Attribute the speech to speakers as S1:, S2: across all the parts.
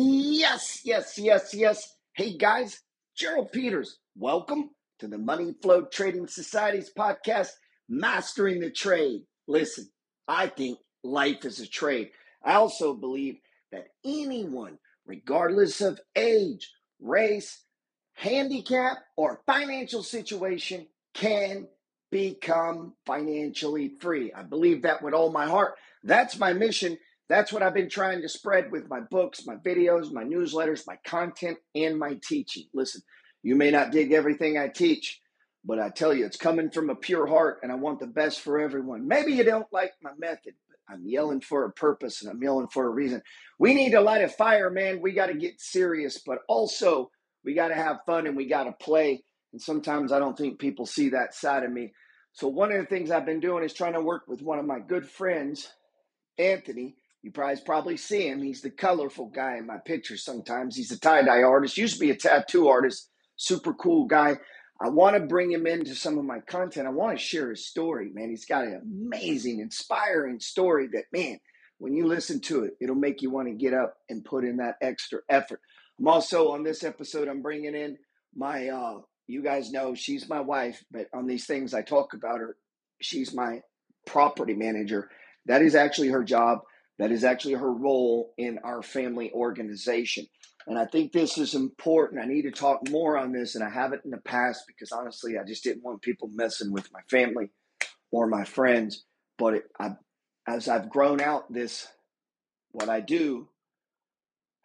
S1: Yes, yes, yes, yes. Hey guys, Gerald Peters. Welcome to the Money Flow Trading Society's podcast, Mastering the Trade. Listen, I think life is a trade. I also believe that anyone, regardless of age, race, handicap, or financial situation, can become financially free. I believe that with all my heart. That's my mission. That's what I've been trying to spread with my books, my videos, my newsletters, my content, and my teaching. Listen, you may not dig everything I teach, but I tell you, it's coming from a pure heart, and I want the best for everyone. Maybe you don't like my method, but I'm yelling for a purpose and I'm yelling for a reason. We need to light a fire, man. We got to get serious, but also we got to have fun and we got to play. And sometimes I don't think people see that side of me. So, one of the things I've been doing is trying to work with one of my good friends, Anthony. You guys probably see him. He's the colorful guy in my pictures sometimes. He's a tie dye artist, used to be a tattoo artist, super cool guy. I want to bring him into some of my content. I want to share his story, man. He's got an amazing, inspiring story that, man, when you listen to it, it'll make you want to get up and put in that extra effort. I'm also on this episode, I'm bringing in my, uh, you guys know she's my wife, but on these things I talk about her, she's my property manager. That is actually her job. That is actually her role in our family organization. And I think this is important. I need to talk more on this, and I haven't in the past because honestly, I just didn't want people messing with my family or my friends. But it, I, as I've grown out this, what I do,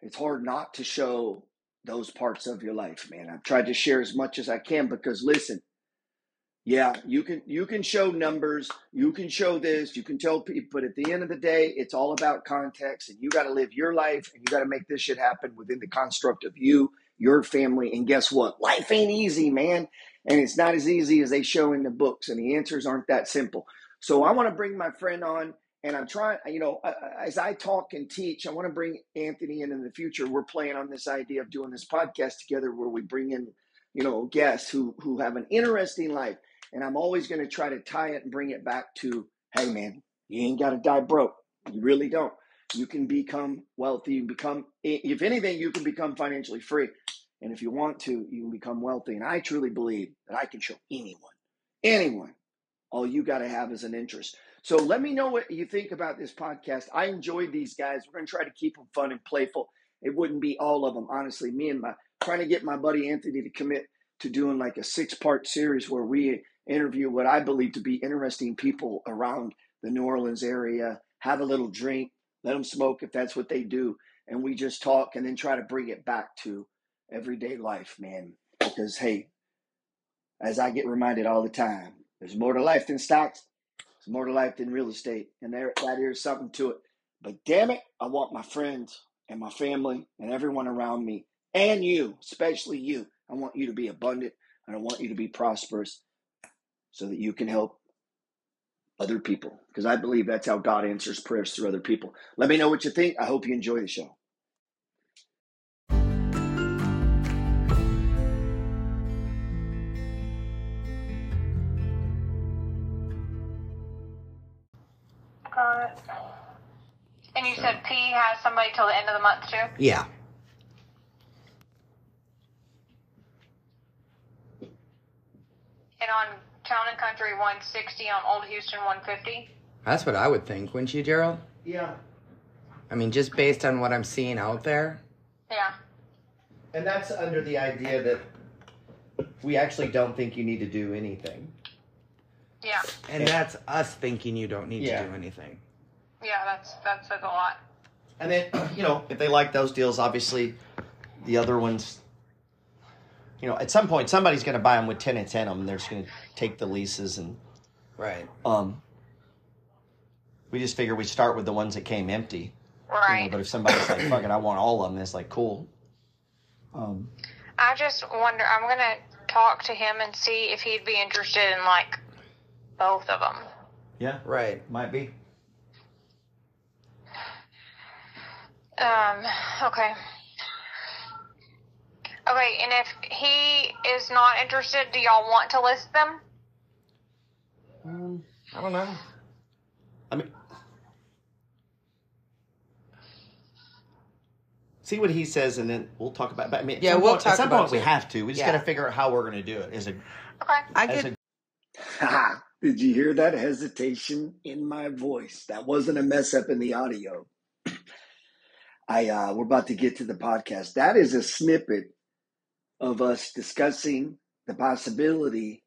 S1: it's hard not to show those parts of your life, man. I've tried to share as much as I can because listen, yeah, you can you can show numbers, you can show this, you can tell people, but at the end of the day, it's all about context, and you got to live your life, and you got to make this shit happen within the construct of you, your family, and guess what? Life ain't easy, man, and it's not as easy as they show in the books, and the answers aren't that simple. So I want to bring my friend on, and I'm trying, you know, uh, as I talk and teach, I want to bring Anthony in in the future. We're playing on this idea of doing this podcast together, where we bring in, you know, guests who who have an interesting life. And I'm always going to try to tie it and bring it back to, hey, man, you ain't got to die broke. You really don't. You can become wealthy. You can become, if anything, you can become financially free. And if you want to, you can become wealthy. And I truly believe that I can show anyone, anyone, all you got to have is an interest. So let me know what you think about this podcast. I enjoyed these guys. We're going to try to keep them fun and playful. It wouldn't be all of them, honestly. Me and my trying to get my buddy Anthony to commit to doing like a six part series where we interview what I believe to be interesting people around the New Orleans area, have a little drink, let them smoke if that's what they do, and we just talk and then try to bring it back to everyday life, man. Because hey, as I get reminded all the time, there's more to life than stocks. There's more to life than real estate, and there that is something to it. But damn it, I want my friends and my family and everyone around me, and you, especially you. I want you to be abundant, and I want you to be prosperous, so that you can help other people. Because I believe that's how God answers prayers through other people. Let me know what you think. I hope you enjoy the show.
S2: Got it. Uh, And you said P has somebody till the end of the month too?
S3: Yeah.
S2: And on Town and Country 160, on Old Houston 150?
S3: That's what I would think, wouldn't you, Gerald?
S4: Yeah,
S3: I mean, just based on what I'm seeing out there.
S2: Yeah.
S4: and that's under the idea that we actually don't think you need to do anything.
S2: Yeah.
S3: And that's us thinking you don't need
S4: Yeah.
S3: to do anything.
S2: Yeah, that's, that says a lot.
S4: And then, you know, if they like those deals, obviously the other ones, you know, at some point somebody's going to buy them with tenants in them. And they're just going to take the leases. And
S3: Right.
S4: um, we just figure we start with the ones that came empty. you know,
S2: Right.
S4: but if somebody's like, fuck it, I want all of them, it's like, cool. Um,
S2: I just wonder, I'm going to talk to him and see if he'd be interested in like both of them.
S4: yeah,
S3: Right.
S4: might be.
S2: Um, okay. Okay, and if he is not interested, do y'all want to list them?
S4: Um,
S3: I don't know.
S4: I mean,
S1: see what he says, and then we'll talk about. But I mean, at
S3: Yeah,
S1: some
S3: we'll
S1: point,
S3: talk
S1: at some
S3: about
S1: point we
S3: it.
S1: have to. We just
S3: Yeah.
S1: got to figure out how we're going to do it. Is it?
S2: Okay.
S3: I
S1: As
S3: could.
S1: a-
S5: Ha! Did you hear that hesitation in my voice? That wasn't a mess up in the audio. I uh, we're about to get to the podcast. That is a snippet of us discussing the possibility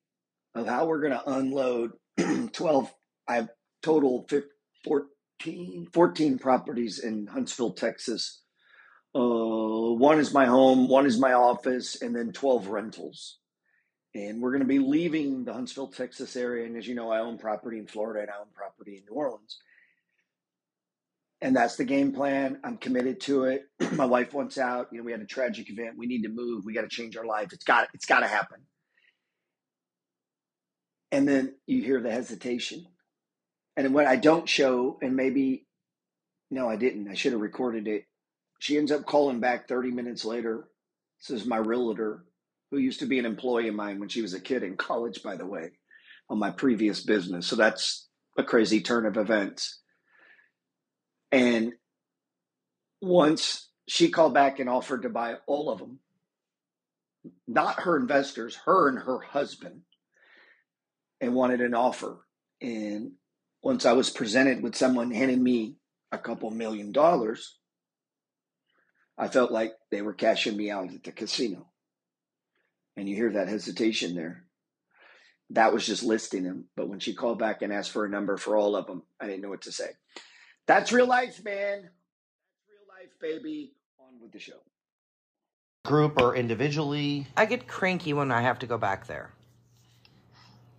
S5: of how we're going to unload 12 I total fif- 14 14 properties in Huntsville, Texas. Uh, one is my home, one is my office, and then 12 rentals and we're going to be leaving the Huntsville, Texas area. And as you know, I own property in Florida and I own property in New Orleans. And that's the game plan. I'm committed to it. My wife wants out. You know, we had a tragic event. We need to move. We got to change our life. It's got it's got to happen. And then you hear the hesitation. And what I don't show, and maybe no, I didn't. I should have recorded it. She ends up calling back 30 minutes later. This is my realtor who used to be an employee of mine when she was a kid in college, by the way, on my previous business. So that's a crazy turn of events. And once she called back and offered to buy all of them, not her investors, her and her husband, and wanted an offer. And once I was presented with someone handing me a couple million dollars, I felt like they were cashing me out at the casino and you hear that hesitation there. That was just listing them. But when she called back and asked for a number for all of them, I didn't know what to say. That's real life, man. Real life, baby. On with the show.
S1: group or individually?
S3: I get cranky when I have to go back there.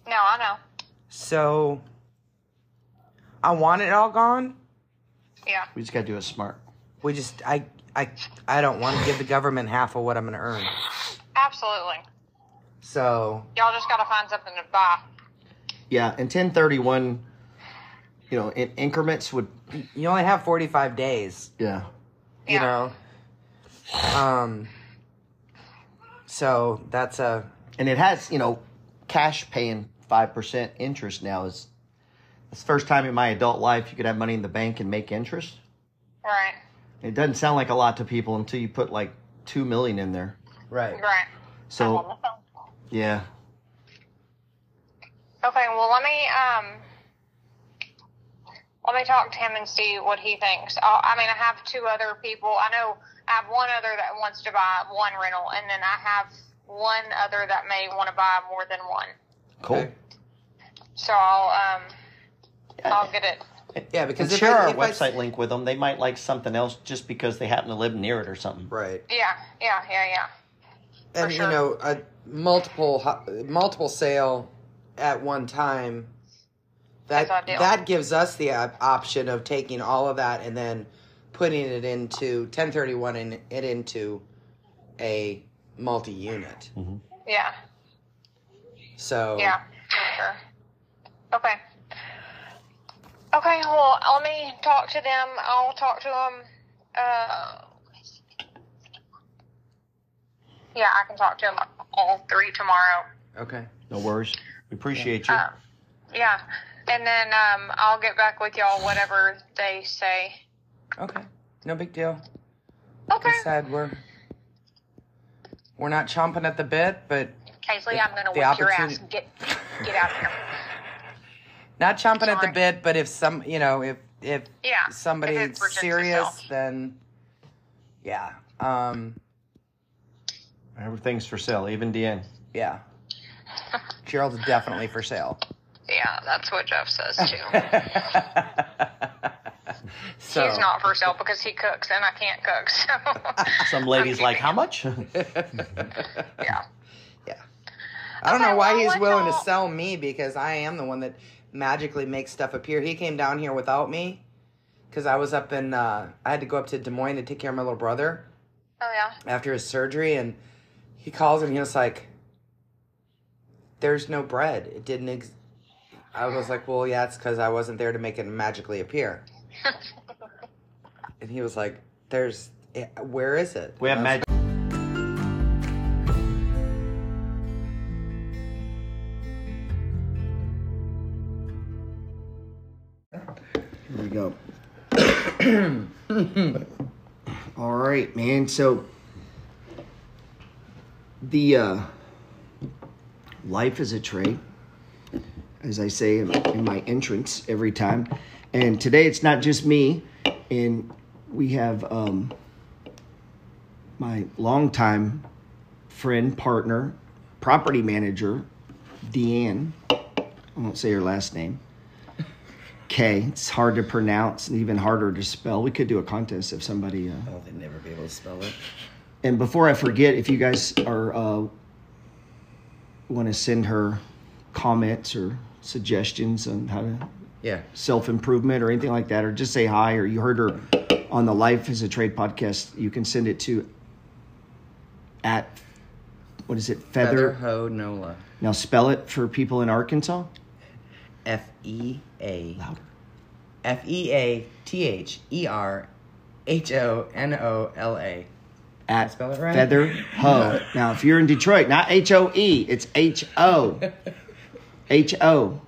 S2: No, I know.
S3: So I want it all gone.
S2: Yeah.
S1: We just got to do it smart.
S3: We just I I I don't want to give the government half of what I'm going to earn.
S2: Absolutely.
S3: So
S2: Y'all just gotta find something to buy.
S1: Yeah, and ten thirty one. You know, in increments would.
S3: you only have 45 days,
S1: Yeah.
S3: you
S2: Yeah.
S3: know. Um so that's a
S1: and it has you know cash paying 5% interest now is it's the first time in my adult life you could have money in the bank and make interest
S2: Right.
S1: it doesn't sound like a lot to people until you put like 2 million in there
S3: right.
S2: Right. I'm on
S1: so
S2: the phone.
S1: yeah
S2: Okay, well let me um let me talk to him and see what he thinks. Uh, i I mean, I have two other people. I know I have one other that wants to buy one rental, and then I have one other that may want to buy more than one.
S1: cool
S3: Okay.
S2: So I'll um I'll get it.
S3: Yeah,
S1: and
S3: because if
S1: share
S3: I,
S1: our
S3: if I s-
S1: website link with them they might like something else just because they happen to live near it or something
S3: right.
S2: Yeah, yeah, yeah, yeah.
S3: and
S2: sure.
S3: you know a multiple hu- multiple sale at one time that
S2: That's ideal.
S3: that gives us the op- option of taking all of that and then putting it into 1031 and it into a multi-unit
S2: Yeah,
S3: so
S2: yeah, for sure. Okay. Okay, well, let me talk to them. I'll talk to them. Uh, yeah, I can talk to them all three tomorrow.
S3: okay
S1: no worries we appreciate
S2: Uh, yeah, and then um, I'll get back with y'all whatever they say.
S3: okay no big deal
S2: Okay,
S3: like i said we're we're not chomping at the bit but
S2: Casey, I'm gonna
S3: the
S2: whip your ass.
S3: opportuni-
S2: Get get out here.
S3: not chomping at the
S2: Sorry.
S3: bit but if some you know if if
S2: Yeah. if it
S3: somebody
S2: presents
S3: serious
S2: itself.
S3: then yeah um
S1: you everything's for sale even dn
S3: Yeah. Gerald's definitely for sale.
S2: Yeah, that's what Jeff says too.
S3: so
S2: He's not for sale because he cooks and I can't cook. So
S1: some ladies like how much
S2: yeah.
S3: I don't
S2: Okay,
S3: know why
S2: well,
S3: he's
S2: what
S3: willing to
S2: y'all-
S3: sell me because I am the one that magically makes stuff appear. He came down here without me because I was up in uh, I had to go up to Des Moines to take care of my little brother
S2: Oh yeah.
S3: after his surgery, and he calls and he was like, "There's no bread. It didn't." Ex-. I was like, "Well, yeah, it's because I wasn't there to make it magically appear." and he was like, "There's, eh, where is it?"
S1: we have
S3: And I was
S1: magic
S5: Here we go.
S1: All right, man. So the uh, life is a trade, as I say in, in my entrance every time. And today it's not just me, and we have um, my longtime friend, partner, property manager, Deanne. I won't say her last name. K. It's hard to pronounce and even harder to spell. We could do a contest if somebody. Uh,
S3: Oh, they'd never be able to spell it.
S1: and before I forget, if you guys are uh, want to send her comments or suggestions on how to
S3: Yeah.
S1: self improvement or anything like that, or just say hi, or you heard her on the Life is a Trade podcast, you can send it to at what is it? Feather.
S3: Feather Ho Nola.
S1: Now spell it for people in Arkansas.
S3: F E A.
S1: Louder.
S3: F E A T H E R H O N O L A.
S1: At
S3: spell it right?
S1: Feather Ho. now, if you're in Detroit, not H O E, it's H O. H O.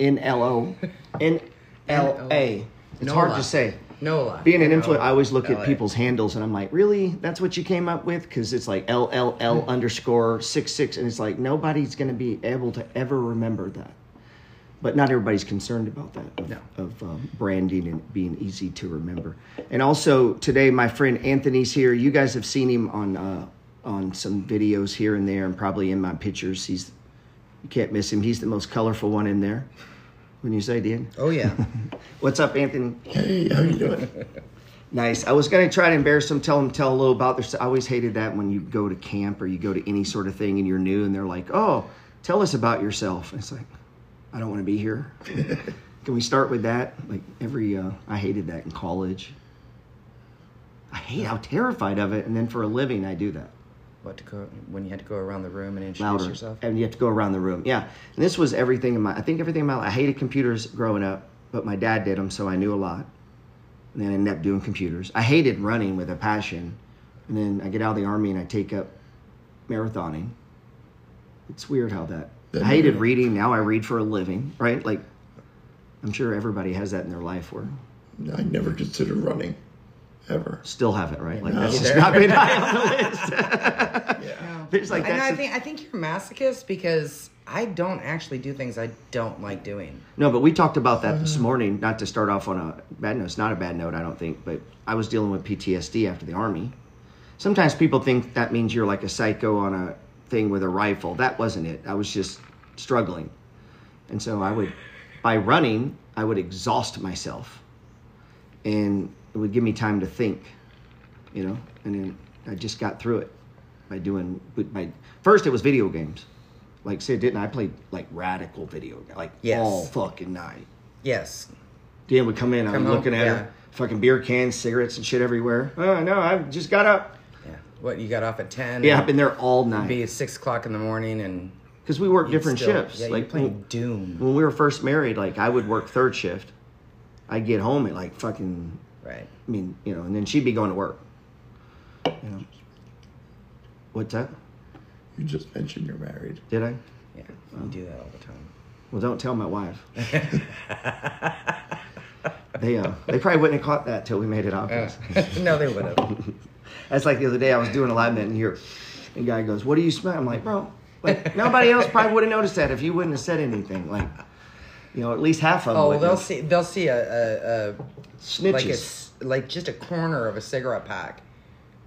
S1: N L O. N L A. It's hard
S3: Nola.
S1: to say.
S3: Nola.
S1: Being an influencer, I always look
S3: LA.
S1: at people's handles and I'm like, really? That's what you came up with? Because it's like L L L underscore six six, and it's like nobody's going to be able to ever remember that. But not everybody's concerned about that of,
S3: No.
S1: of um, branding and being easy to remember. And also today, my friend Anthony's here. You guys have seen him on uh, on some videos here and there, and probably in my pictures. He's you can't miss him. He's the most colorful one in there. When you say, Dan,
S3: Oh, yeah.
S1: what's up, Anthony?
S6: Hey, how you doing?
S1: Nice. I was gonna try to embarrass them, tell them, tell a little about their. I always hated that when you go to camp or you go to any sort of thing and you're new and they're like, "Oh, tell us about yourself." And it's like, I don't want to be here. Can we start with that? Like every, uh, I hated that in college. I hate how terrified of it, and then for a living, I do that
S3: what to go, when you had to go around the room and introduce
S1: louder,
S3: yourself?
S1: and you have to go around the room. Yeah, and this was everything in my. I think everything in my. I hated computers growing up, but my dad did them, so I knew a lot. And then I ended up doing computers. I hated running with a passion, and then I get out of the army and I take up marathoning. It's weird how that.
S6: That
S1: I hated
S6: movie.
S1: reading. Now I read for a living. Right, like I'm sure everybody has that in their life. Where
S6: I never considered running, ever.
S1: still have it, right? Like
S6: No.
S1: that's just not been high on the list.
S6: Yeah.
S1: There's like
S3: I know.
S1: that's
S3: I
S1: the-
S3: think I think you're a masochist because I don't actually do things I don't like doing.
S1: No, but we talked about that this morning. Not to start off on a bad note. It's not a bad note, I don't think. But I was dealing with PTSD after the army. Sometimes people think that means you're like a psycho on a thing with a rifle. That wasn't it. I was just struggling, and so I would, by running, I would exhaust myself, and it would give me time to think, you know. And then I just got through it by doing. By first, it was video games. Like Sid didn't I played like radical video like
S3: Yes.
S1: all fucking night.
S3: Yes.
S1: Dan would come in. I'm
S3: Come home,
S1: looking at
S3: yeah.
S1: her. Fucking beer cans, cigarettes, and shit everywhere. Oh no, I just got up.
S3: Yeah. What you got off at ten?
S1: Yeah, I've been there all night
S3: Be at six o'clock in the morning and
S1: because we work different
S3: still-
S1: shifts.
S3: Yeah, you're
S1: like mm.
S3: playing
S1: when,
S3: Doom.
S1: when we were first married, like I would work third shift. I'd get home at like fucking.
S3: Right.
S1: I mean, you know, and then she'd be going to work. You know. What's that?
S6: You just mentioned you're married.
S1: Did I?
S3: Yeah.
S1: Uh-huh.
S3: You do that all the time.
S1: Well, don't tell my wife. they uh, they probably wouldn't have caught that till we made it obvious.
S3: no, they would have.
S1: That's like the other day I was doing a live event in here, and guy goes, "What do you smell?" I'm like, "Bro, like nobody else probably would have noticed that if you wouldn't have said anything." Like, you know, at least half of them.
S3: Oh, well,
S1: would
S3: they'll
S1: have.
S3: see. They'll see a, a, a
S1: snitches.
S3: like it's like just a corner of a cigarette pack,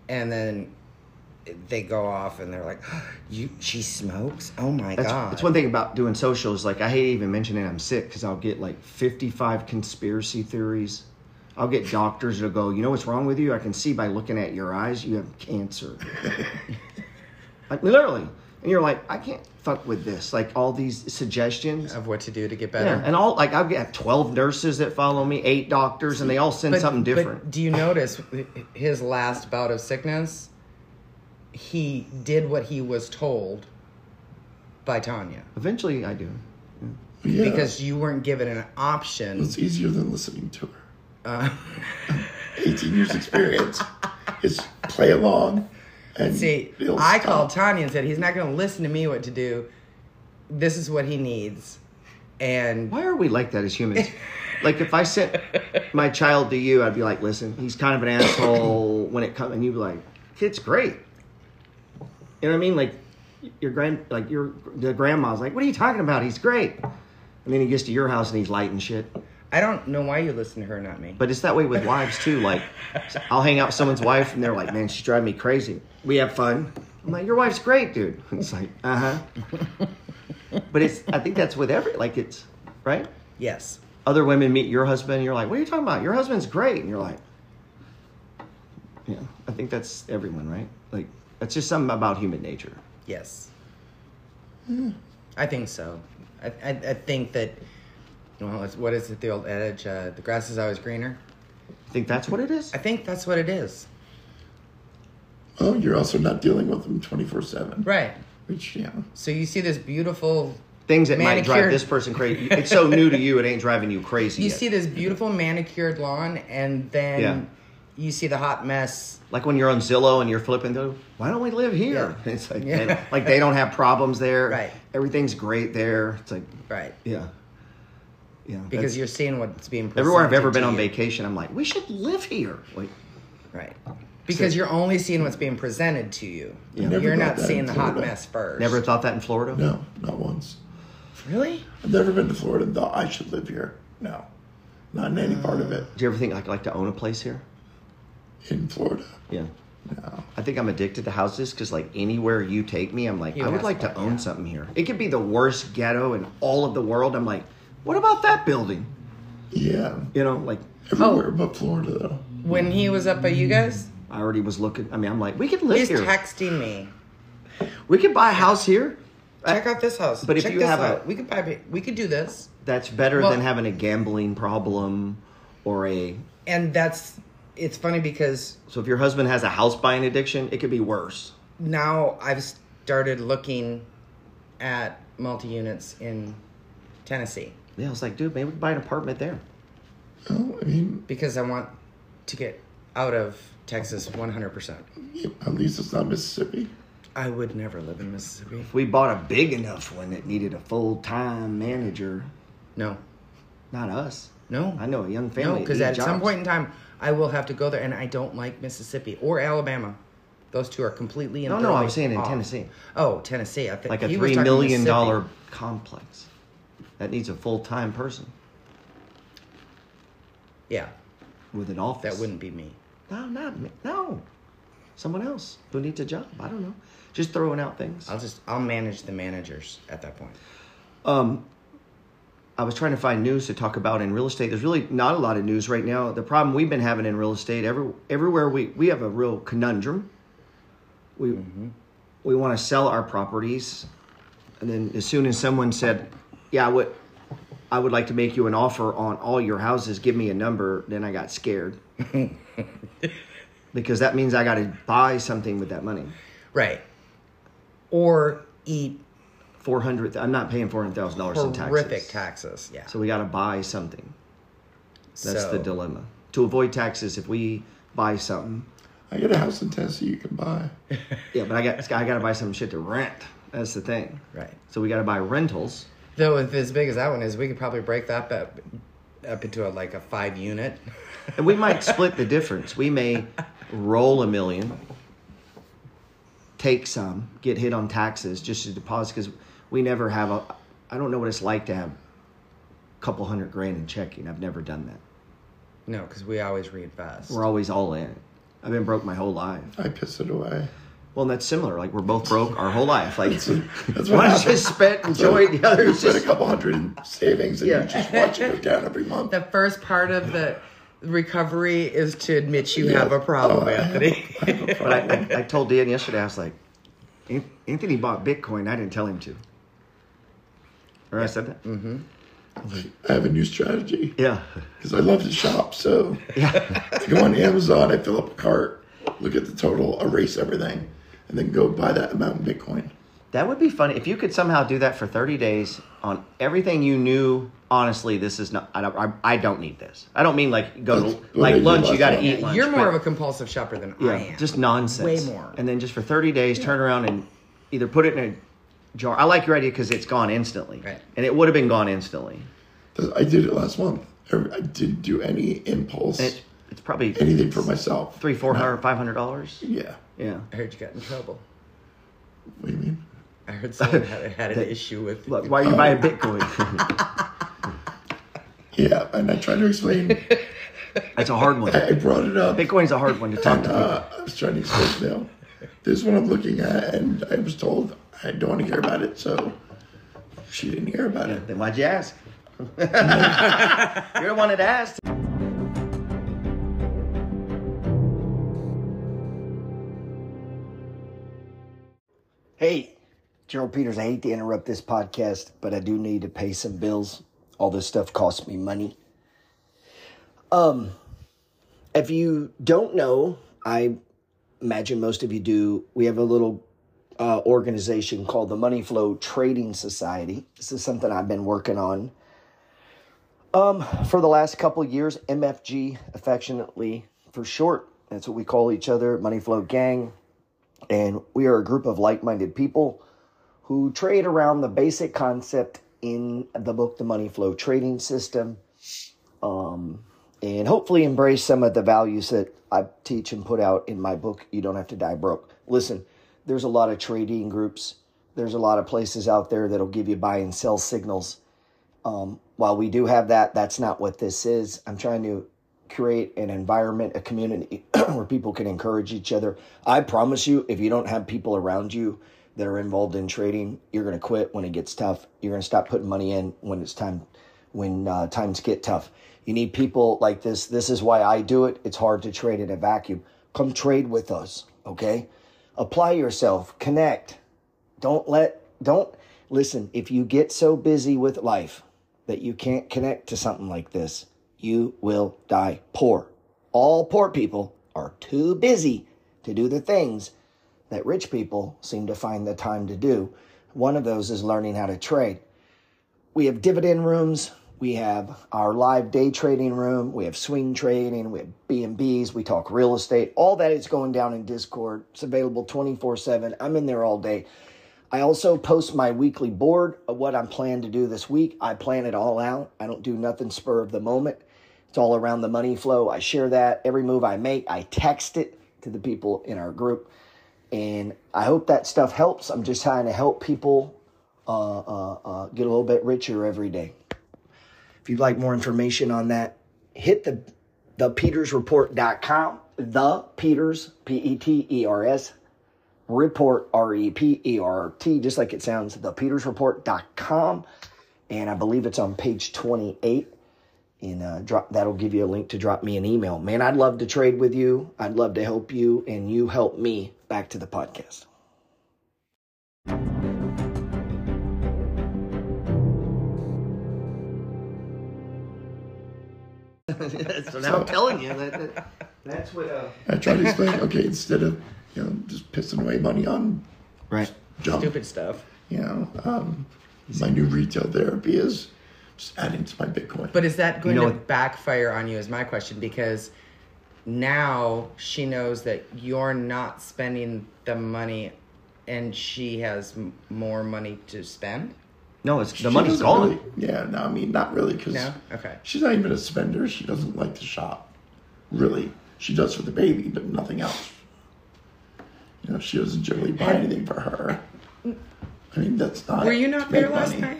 S3: and then they go off and they're like, "You, she smokes? Oh my
S1: that's,
S3: god!"
S1: that's one thing about doing social is like I hate even mentioning I'm sick because I'll get like 55 conspiracy theories. I'll get doctors that'll go, you know what's wrong with you? I can see by looking at your eyes you have cancer. like literally, and you're like, I can't fuck with this. Like all these suggestions.
S3: of what to do to get better.
S1: Yeah, and all like I've got twelve nurses that follow me, eight doctors, and they all send something different.
S3: do you notice his last bout of sickness? He did what he was told by Tanya
S1: Eventually, I do.
S6: Yeah,
S3: because you weren't given an option.
S6: it's easier than listening to her.
S3: Uh,
S6: 18 years experience is play along. And
S3: see,
S6: it'll
S3: I
S6: stop.
S3: called Tanya and said he's not going to listen to me what to do. This is what he needs, and
S1: Why are we like that as humans?
S5: Like if I sent my child to you, I'd be like, listen, he's kind of an asshole when it comes, and you'd be like, kid's great. You know what I mean? Like your grand, like your the grandma's like, what are you talking about? He's great. And then he gets to your house and he's light and shit.
S3: I don't know why you listen to her, not me.
S5: But it's that way with wives too. Like, I'll hang out with someone's wife, and they're like, "Man, she's driving me crazy." We have fun. I'm like, "Your wife's great, dude." It's like,
S1: uh-huh.
S5: uh huh. but it's. I think that's with every. Like, it's right.
S3: yes.
S5: Other women meet your husband, and you're like, "What are you talking about? Your husband's great," and you're like, "Yeah." I think that's everyone, right? Like, that's just something about human nature.
S3: Yes. I think so. I, I, I think that, well, it's, what is it, the old adage, uh, the grass is always greener?
S5: I think that's what it is.
S3: I think that's what it is.
S6: Oh, you're also not dealing with them 24 7.
S3: Right.
S6: Which, yeah.
S3: So you see this beautiful,
S5: Things that might drive
S3: Manicured.
S5: this person crazy. It's so new to you, it ain't driving you crazy.
S3: you
S5: yet.
S3: see this beautiful manicured lawn, and then
S5: Yeah.
S3: you see the hot mess.
S5: like when you're on Zillow and you're flipping through, why don't we live here?
S3: Yeah.
S5: It's like,
S3: Yeah.
S5: they don't- like they don't have problems there.
S3: Right.
S5: Everything's great there. It's like,
S3: Right.
S5: yeah, yeah.
S3: Because
S5: that's-
S3: you're seeing what's being presented
S5: everywhere I've ever been
S3: to
S5: on
S3: you.
S5: vacation, I'm like, we should live here. Like,
S3: Right. Because you're only seeing what's being presented to you.
S6: I never
S3: You're
S6: got
S3: not
S6: that
S3: seeing
S6: in
S3: the hot
S6: Florida.
S3: mess first.
S5: never thought that in Florida.
S6: No, not once.
S3: Really?
S6: I've never been to Florida and thought I should live here. No. Not in any part of it.
S5: Do you ever think like like to own a place here?
S3: Uh.
S6: In Florida.
S5: Yeah.
S6: No.
S5: I think I'm addicted to houses because like anywhere you take me, I'm like,
S3: You
S5: I would
S3: have
S5: like to
S3: one,
S5: own
S3: yeah.
S5: something here. It could be the worst ghetto in all of the world. I'm like, what about that building?
S6: Yeah.
S5: You know, like
S6: Everywhere
S3: Oh.
S6: but Florida, though.
S3: When he was up at you guys,
S5: I already was looking. I mean, I'm like, we could live
S3: he's
S5: here.
S3: texting me.
S5: We could buy a house here.
S3: Check out this house.
S5: Uh, But if
S3: Check
S5: you
S3: this
S5: have a-
S3: out. we could buy, we could do this,
S5: That's better
S3: Well-
S5: than having a gambling problem or a.
S3: and that's. It's funny because
S5: So if your husband has a house buying addiction, it could be worse.
S3: now I've started looking at multi units in Tennessee
S5: Yeah, I was like, dude, maybe we could buy an apartment there.
S6: No, I mean,
S3: because I want to get out of Texas 100%.
S6: at least it's not Mississippi.
S3: I would never live in Mississippi.
S5: If we bought a big enough one that needed a full time manager,
S3: No.
S5: not us.
S3: No.
S5: I know a young family.
S3: No,
S5: that
S3: because
S5: need
S3: at some
S5: jobs.
S3: point in time, I will have to go there, and I don't like Mississippi or Alabama. Those two are completely. And
S5: No, no, I
S3: thoroughly
S5: was saying in
S3: off.
S5: Tennessee.
S3: Oh, Tennessee. I think
S5: like a
S3: he was
S5: three
S3: talking
S5: million
S3: Mississippi.
S5: dollar complex that needs a full time person
S3: Yeah,
S5: with an office.
S3: that wouldn't be me.
S5: No, not me. No, someone else who needs a job. I don't know. Just throwing out things.
S3: I'll just I'll manage the managers at that point.
S5: Um, I was trying to find news to talk about in real estate. There's really not a lot of news right now. The problem we've been having in real estate, every, everywhere we, we have a real conundrum. We we want to sell our properties, and then as soon as someone said, "Yeah, I would, I would like to make you an offer on all your houses. Give me a number," then I got scared because that means I got to buy something with that money.
S3: Right. Or eat
S5: Four hundred. I'm not paying four hundred thousand dollars in taxes.
S3: horrific taxes. Yeah.
S5: So we got to buy something. That's
S3: So-
S5: the dilemma. To avoid taxes, if we buy something,
S6: I got a house in Tennessee you can buy.
S5: yeah, but I got I got to buy some shit to rent. That's the thing.
S3: Right.
S5: So we got to buy rentals.
S3: Though, if as big as that one is, we could probably break that up up into a, like a five unit.
S5: And we might split the difference. We may roll a million, take some, get hit on taxes just to deposit because we never have a. I don't know what it's like to have a couple hundred grand in checking. I've never done that.
S3: No, because we always reinvest.
S5: We're always all in. I've been broke my whole life.
S6: I piss it away.
S5: Well, and that's similar. Like we're both broke our whole life. Like
S6: That's what
S5: one's
S6: happens.
S5: just spent, enjoyed, the other's
S6: Put a
S5: just
S6: couple hundred in savings and
S5: Yeah.
S6: you just watch it go down every month.
S3: The first part of the recovery is to admit you
S6: Yeah.
S3: have a problem,
S6: Oh, I have a-
S3: Anthony.
S6: I have a
S5: But
S6: problem.
S5: I, I, I told Dan yesterday, I was like, "An- Anthony bought Bitcoin. I didn't tell him to. Or I said that. Mm-hmm.
S6: I have a new strategy
S5: Yeah,
S6: because I love to shop. So
S5: yeah.
S6: I go on Amazon, I fill up a cart, look at the total, erase everything, and then go buy that amount in Bitcoin.
S5: that would be funny if you could somehow do that for thirty days on everything you knew. Honestly, this is not. I don't. I, I don't need this. I don't mean like go
S6: That's
S5: to
S6: what I
S5: like
S6: do
S5: lunch. You
S6: last
S5: got to
S6: night.
S5: eat lunch.
S3: You're more of
S5: but-
S3: a compulsive shopper than I
S5: Yeah,
S3: am.
S5: just nonsense.
S3: Way more.
S5: And then just for 30 days, turn around and either put it in a jar. I like your idea because it's gone instantly.
S3: Right.
S5: And it would have been gone instantly.
S6: I did it last month. or I didn't do any impulse,
S5: It, it's probably
S6: anything for myself.
S5: three, four hundred, five hundred dollars.
S6: Yeah.
S5: Yeah.
S3: I heard you got in trouble.
S6: What do you mean?
S3: I heard someone had, had an issue with
S5: Look, why are you buying Bitcoin?
S6: Yeah, and I tried to explain.
S5: That's a hard one.
S6: I I brought it up.
S5: Bitcoin's a hard one to talk
S6: And
S5: to.
S6: uh, I was trying to explain now. This is what I'm looking at, and I was told I don't want to hear about it, so she didn't hear about it.
S5: Then why'd you ask? You're the one that asked.
S1: Hey, Gerald Peters, I hate to interrupt this podcast, but I do need to pay some bills. All this stuff costs me money. Um, if you don't know, I imagine most of you do, we have a little uh, organization called the Money Flow Trading Society. This is something I've been working on um, for the last couple years, MFG, affectionately for short. That's what we call each other, Money Flow Gang. And we are a group of like minded people who trade around the basic concept in the book, The Money Flow Trading System, um, and hopefully embrace some of the values that I teach and put out in my book, You Don't Have to Die Broke. Listen, there's a lot of trading groups, there's a lot of places out there that'll give you buy and sell signals. Um, while we do have that, that's not what this is. I'm trying to create an environment, a community where people can encourage each other. I promise you, if you don't have people around you that are involved in trading, you're going to quit when it gets tough. You're going to stop putting money in when it's time, when uh, times get tough. You need people like this. This is why I do it. It's hard to trade in a vacuum. Come trade with us, okay? Apply yourself, connect, don't let don't listen if you get so busy with life that you can't connect to something like this you will die poor all poor people are too busy to do the things that rich people seem to find the time to do one of those is learning how to trade we have dividend rooms we have our live day trading room we have swing trading we have b&b's we talk real estate all that is going down in discord it's available 24-7 i'm in there all day I also post my weekly board of what I'm planning to do this week. I plan it all out. I don't do nothing spur of the moment. It's all around the money flow. I share that every move I make. I text it to the people in our group, and I hope that stuff helps. I'm just trying to help people uh, uh, uh, get a little bit richer every day. If you'd like more information on that, hit the thepetersreport.com. The Peters P E T E R S report E r-e-p-e-r-t just like it sounds thepetersreport.com and i believe it's on page 28 and uh, drop that'll give you a link to drop me an email man i'd love to trade with you i'd love to help you and you help me back to the podcast
S5: so now I'm telling you that, that that's what. Uh,
S6: I tried to explain, okay, instead of you know just pissing away money on
S5: right.
S6: junk,
S3: stupid stuff.
S6: you know, um, my new retail therapy is just adding to my Bitcoin.
S3: But is that going
S5: know
S3: to
S5: what-
S3: backfire on you? Is my question because now she knows that you're not spending the money, and she has m- more money to spend.
S5: No, it's the
S6: She
S5: money's
S6: doesn't
S5: gone.
S6: really- yeah, no, I mean not really because
S3: No? Okay.
S6: she's not even a spender. She doesn't like to shop, really. She does for the baby, but nothing else. You know, she doesn't generally buy anything for her. I mean, that's not.
S3: Were you not
S6: to make
S3: there last
S6: money.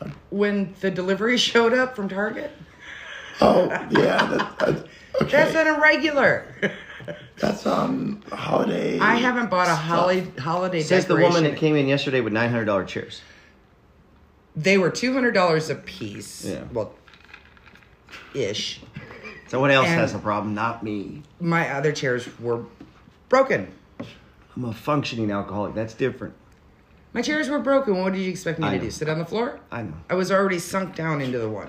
S3: night when the delivery showed up from Target?
S6: Oh yeah, that, that, okay.
S3: That's
S6: That's,
S3: an irregular.
S6: um holiday.
S3: I haven't bought a holiday holiday
S5: Says the woman that
S3: decoration.
S5: came in yesterday with nine hundred dollar chairs.
S3: They were two hundred dollars a piece.
S5: Yeah.
S3: Well, ish.
S5: Someone else
S3: And-
S5: has a problem, not me.
S3: My other chairs were broken.
S5: I'm a functioning alcoholic. That's different.
S3: My chairs were broken. What did you expect me
S5: I
S3: to
S5: know.
S3: do? Sit on the floor?
S5: I know.
S3: I was already sunk down into the one.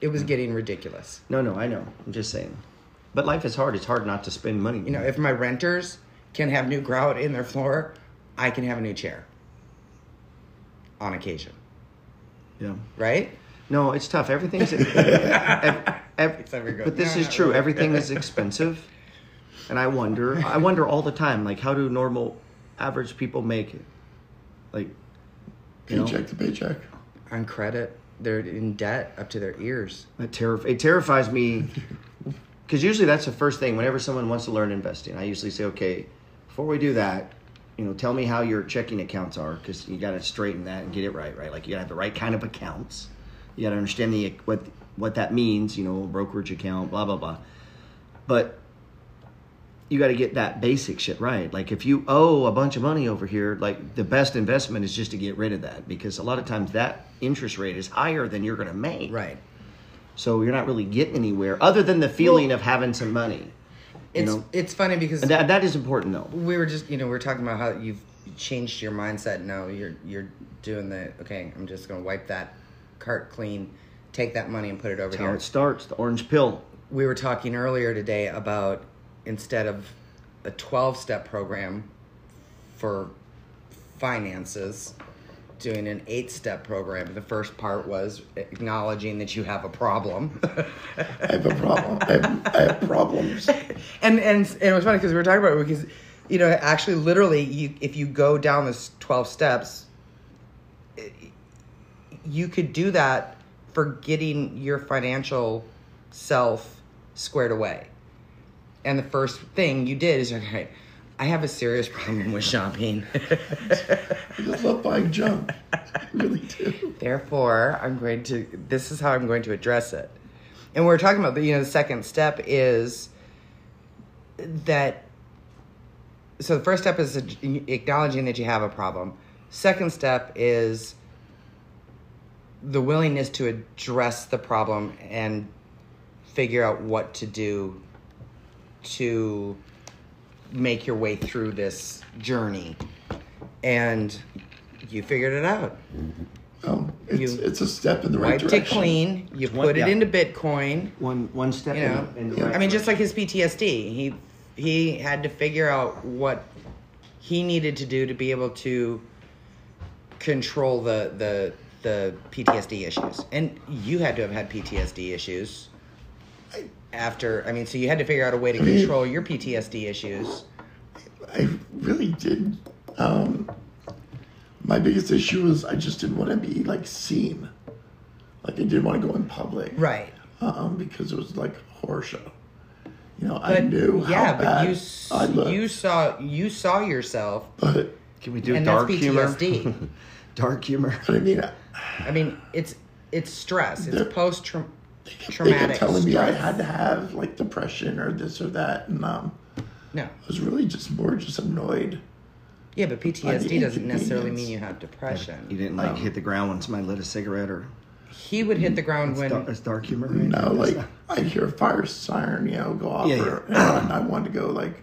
S3: It was getting ridiculous.
S5: No, no, I know. I'm just saying. But life is hard. It's hard not to spend money.
S3: You know, if my renters can have new grout in their floor, I can have a new chair. On occasion,
S5: Yeah.
S3: right?
S5: No, it's tough. Everything's. ev- ev-
S3: It's every good-
S5: but this
S3: no,
S5: is
S3: not
S5: true.
S3: really.
S5: Everything is expensive, and I wonder. I wonder all the time. Like, how do normal, average people make it? Like, you know,
S6: paycheck to paycheck.
S3: On credit. they're in debt up to their ears.
S1: That terri- it terrifies me because usually that's the first thing whenever someone wants to learn investing. I usually say, okay, before we do that, you know, tell me how your checking accounts are because you got to straighten that and get it right, right? Like you got to have the right kind of accounts. You got to understand the what what that means. You know, brokerage account, blah blah blah. But you got to get that basic shit right. Like if you owe a bunch of money over here, like the best investment is just to get rid of that because a lot of times that interest rate is higher than you're going to make.
S3: Right.
S1: So you're not really getting anywhere other than the feeling of having some money. You
S3: It's
S1: know?
S3: it's funny because
S1: And that, that is important though.
S3: we were just you know we were talking about how you've changed your mindset now you're you're doing the okay i'm just gonna wipe that cart clean take that money and put it over
S1: That's how
S3: here
S1: it starts. The orange pill.
S3: we were talking earlier today about instead of a 12 step program for finances doing an 8 step program the first part was acknowledging that you have a problem
S6: I have a problem. I have, I have problems.
S3: and and and it was funny because we were talking about it because you know actually literally you if you go down this 12 steps i- you could do that for getting your financial self squared away and the first thing you did is okay i have a serious problem with shopping
S6: I just love buying junk. I really do.
S3: therefore i'm going to this is how i'm going to address it and we're talking about the you know the second step is that so the first step is acknowledging that you have a problem second step is the willingness to address the problem and figure out what to do to make your way through this journey and you figured it out
S6: Um, it's,
S3: You
S6: it's a step in the right
S3: wiped
S6: direction.
S3: it clean. You
S1: One-
S3: put it
S1: yeah.
S3: into Bitcoin.
S1: One one step.
S3: You know,
S1: in, in the
S6: Yeah.
S1: right
S3: I mean, just
S1: direction.
S3: like his PTSD, he he had to figure out what he needed to do to be able to control the the the PTSD issues. And you had to have had PTSD issues after. I mean, so you had to figure out a way to
S6: mean-
S3: control your PTSD issues.
S6: I really did. Um, my biggest issue was I just didn't want to be like seen. Like I didn't want to go in public.
S3: Right.
S6: Um, because it was like a horror show. You know, I
S3: But
S6: knew
S3: yeah,
S6: how
S3: but
S6: bad
S3: you s-
S6: I looked,
S3: you saw you saw yourself,
S6: but
S1: Can we do
S3: and that's
S1: dark humor?
S3: PTSD.
S1: Dark humor.
S6: but I mean, I,
S3: I mean, it's it's stress.
S6: They're-
S3: It's post
S6: they
S3: traumatic.
S6: kept telling me I
S3: stress.
S6: had to have like depression or this or that, and um,
S3: No.
S6: I was really just more just annoyed.
S3: Yeah, but PTSD doesn't necessarily
S6: inconvenience.
S3: mean you have depression.
S1: You didn't like hit the ground when somebody lit a cigarette or
S3: He would hit the ground when
S1: dark, it's dark humor. Right?
S6: No, like I hear a fire siren, you know, go off,
S1: Yeah,
S6: or, and I want to go like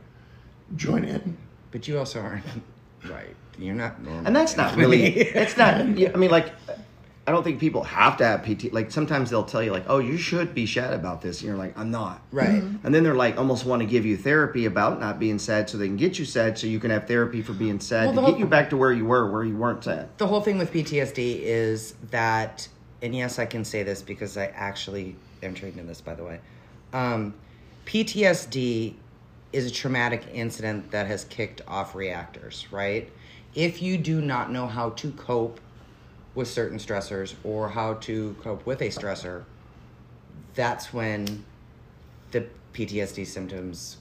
S6: join in.
S3: but you also aren't right. You're not normal.
S1: and that's not really that's not yeah, i mean like i don't think people have to have pt like sometimes they'll tell you like oh you should be sad about this and you're like i'm not
S3: Right.
S1: and then they're like almost want to give you therapy about not being sad so they can get you sad so you can have therapy for being sad
S3: Well,
S1: to
S3: the
S1: get
S3: whole-
S1: you back to where you were where you weren't sad
S3: The whole thing with PTSD is that and yes, I can say this because I actually am treating this by the way. Um, PTSD is a traumatic incident that has kicked off reactors, right? If you do not know how to cope with certain stressors or how to cope with a stressor, that's when the PTSD symptoms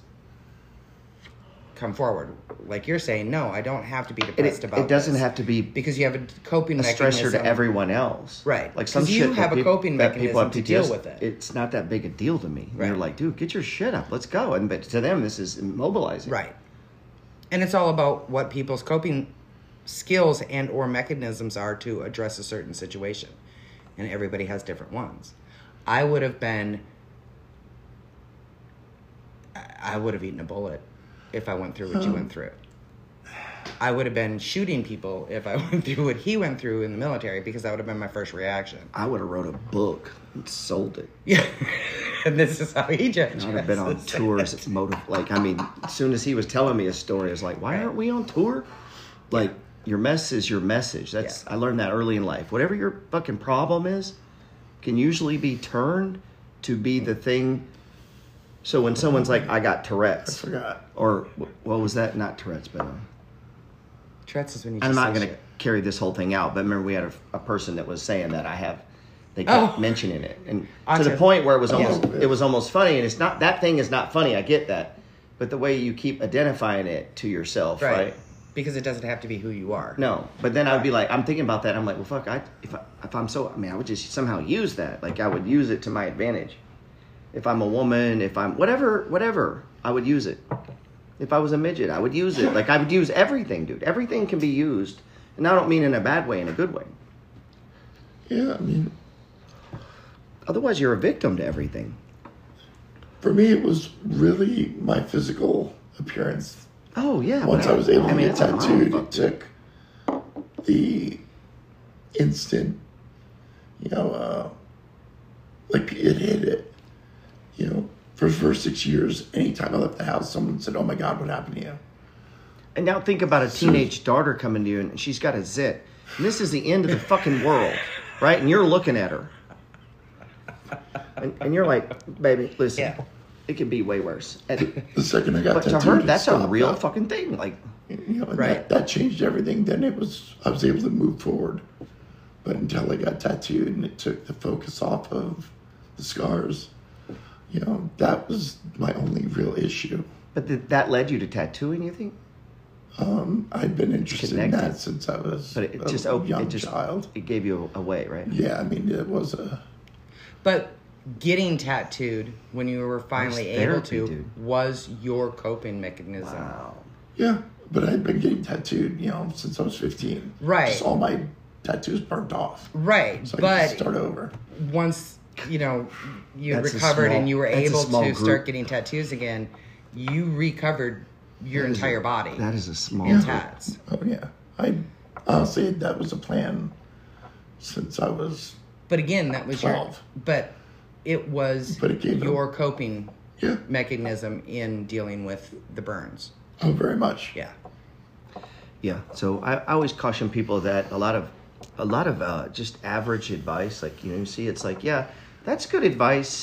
S3: come forward. Like you're saying, no, I don't have to be
S1: and
S3: depressed
S1: it,
S3: about
S1: it doesn't
S3: this.
S1: have to be
S3: because you have a coping
S1: a
S3: mechanism
S1: stressor to everyone else
S3: Right.
S1: like some
S3: 'Cause you
S1: shit that
S3: have a
S1: peop-
S3: coping
S1: that people
S3: mechanism
S1: have
S3: to deal
S1: PTSD,
S3: with it.
S1: it's not that big a deal to me
S3: Right.
S1: you're like dude get your shit up let's go and but to them this is immobilizing
S3: Right. And it's all about what people's coping skills and or mechanisms are to address a certain situation. And everybody has different ones. I would have been I- I would have eaten a bullet if I went through what you went through. I would have been shooting people if I went through what he went through in the military because that would have been my first reaction.
S1: I would have wrote a book and sold it.
S3: Yeah. and this is how he judges.
S1: I would have been on tours. It's motive. Like, I mean, as soon as he was telling me his story, I was like, why aren't we on tour? Like, your mess is your message. That's
S3: Yeah.
S1: I learned that early in life. Whatever your fucking problem is, can usually be turned to be the thing. So when someone's like, I got Tourette's,
S6: Forgot.
S1: or wh- what was that? Not Tourette's, but. Uh,
S3: Tourette's is when you
S1: I'm
S3: just
S1: not
S3: say
S1: going to
S3: shit.
S1: carry this whole thing out, but remember we had a, a person that was saying that I have They kept
S3: Oh.
S1: mentioning it, and to
S3: Autism.
S1: the point where it was almost
S6: yeah.
S1: it was almost funny. And it's not that thing is not funny. I get that, but the way you keep identifying it to yourself,
S3: right.
S1: right?
S3: Because it doesn't have to be who you are.
S1: No, but then I'd be like, I'm thinking about that. I'm like, well, fuck, I if I if I'm so, I mean, I would just somehow use that. Like I would use it to my advantage. If I'm a woman, if I'm whatever, whatever, I would use it. If I was a midget, I would use it. Like I would use everything, dude. Everything can be used, and I don't mean in a bad way, in a good way.
S6: Yeah, I mean,
S1: Otherwise, you're a victim to everything.
S6: for me, it was really my physical appearance.
S1: Oh yeah.
S6: Once
S1: but
S6: I was able to get
S1: it's a
S6: tattooed, it
S1: mindfuck.
S6: took the instant, you know, uh, like it hit it. You know, for the first six years, anytime I left the house, someone said, "Oh my God, what happened to you?"
S1: And now think about a teenage daughter coming to you, and she's got a zit. And this is the end of the fucking world, right? And you're looking at her, and, and you're like, "Baby, listen,
S3: Yeah.
S1: it could be way worse." And,
S6: The second I got
S1: but to
S6: tattooed,
S1: her,
S6: it
S1: that's a
S6: stopped
S1: real
S6: that.
S1: fucking thing. Like,
S6: you know, and
S3: Right.
S6: that, that changed everything. Then it was I was able to move forward, but until I got tattooed and it took the focus off of the scars, you know, that was my only real issue.
S1: but th- that led you to tattooing. You think?
S6: Um, I'd been interested in
S1: Connected.
S6: that since I was
S1: But it
S6: a
S1: just opened.
S6: young
S1: It just
S6: child.
S1: it gave you away, right?
S6: Yeah, I mean it was a
S3: But getting tattooed when you were finally able
S1: therapy,
S3: to
S1: dude.
S3: was your coping mechanism.
S1: Wow.
S6: yeah, but I'd been getting tattooed, you know, since I was fifteen.
S3: Right.
S6: just all my tattoos burnt off,
S3: Right,
S6: so I could
S3: but
S6: start over.
S3: once you know you
S1: That's a
S3: recovered
S1: small-
S3: and you were
S1: that's a
S3: able to
S1: small group.
S3: start getting tattoos again, you recovered your
S1: That is a-
S3: entire body
S1: That is a small.
S3: in
S1: group.
S3: tats.
S6: Oh yeah, I honestly that was a plan since I was
S3: But again, that was
S6: Twelve.
S3: your but it was
S6: But it gave
S3: your coping
S6: yeah.
S3: mechanism in dealing with the burns.
S6: Oh, very much.
S3: Yeah.
S1: Yeah. So I, I always caution people that a lot of a lot of uh, just average advice, like you know, you see, it's like, yeah, that's good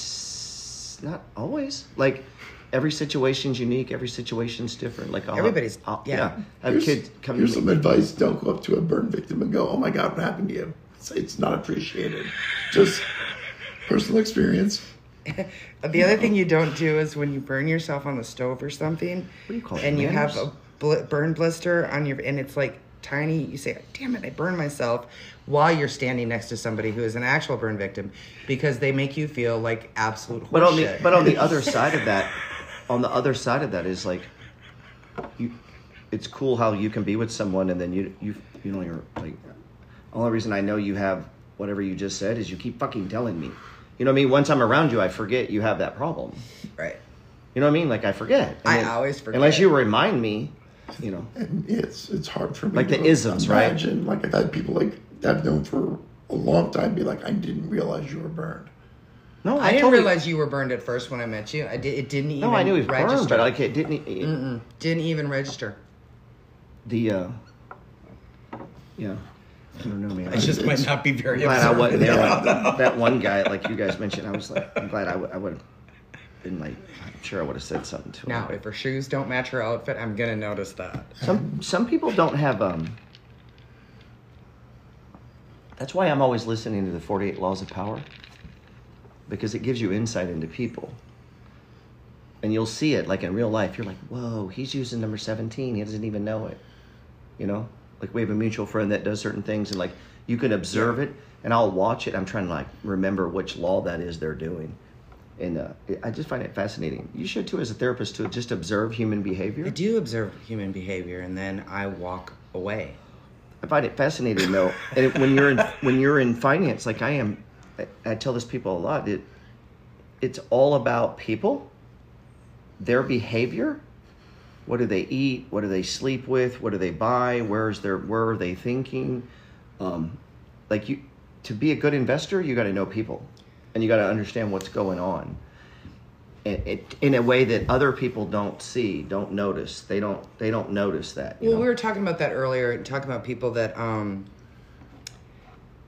S1: advice. Not always. Like every situation's unique. Every situation's different. Like I'll
S3: Everybody's-
S1: I'll-
S3: yeah.
S1: I have kids come
S6: here's
S1: to me.
S6: some advice. Don't go up to a burn victim and go, oh my God, what happened to you? It's, it's not appreciated. Just personal experience.
S3: The other thing you don't do is when you burn yourself on the stove or something,
S1: do you call it?
S3: and you have
S1: Manners?
S3: a bl- burn blister on your, and it's like tiny. You say, "Damn it, I burned myself," while you're standing next to somebody who is an actual burn victim, because they make you feel like absolute horseshit.
S1: But on the but on the other side of that, on the other side of that is like, you, it's cool how you can be with someone and then you you you know you're like, only reason I know you have whatever you just said is you keep fucking telling me, you know what I mean. Once I'm around you, I forget you have that problem.
S3: right,
S1: You know what I mean? Like I forget. And
S3: I
S1: then-
S3: always forget.
S1: unless you remind me. You know,
S6: And it's it's hard for me
S1: Like the
S6: to
S1: isms, right?
S6: imagine. Like I've had people like that I've known for a long time be like, I didn't realize you were burned.
S1: no,
S3: I, didn't
S1: totally-
S3: realize you were burned at first when I met you. I did. It didn't even. Mm.
S1: No, I knew he was
S3: register.
S1: burned, but like it didn't. it-
S3: didn't even register.
S1: The uh, yeah, I don't know, man.
S3: I just might not be very.
S1: glad I
S3: observant.
S1: wasn't there. Like, that one guy, like you guys mentioned, I was like, I'm glad I would have been like, I'm sure I would have said something to him.
S3: Now, if her shoes don't match her outfit, I'm gonna notice that.
S1: Some some people don't have um. That's why I'm always listening to the 48 Laws of Power, because it gives you insight into people. And you'll see it like in real life. You're like, whoa, he's using number 17. He doesn't even know it. You know, like we have a mutual friend that does certain things, and like you can observe it, and I'll watch it. I'm trying to like remember which law that is they're doing. And uh, I just find it fascinating. You should too, as a therapist, to just observe human behavior.
S3: I do observe human behavior, and then I walk away.
S1: I find it fascinating though, and when you're in when you're in finance, like I am, I, I tell this people a lot. It it's all about people, their behavior. What do they eat? What do they sleep with? What do they buy? Where's their where are they thinking? Um, like you, to be a good investor, you got to know people, and you got to understand what's going on. It, it, in a way that other people don't see, don't notice. They don't. They don't notice that. you
S3: Well,
S1: know?
S3: we were talking about that earlier, talking about people that um,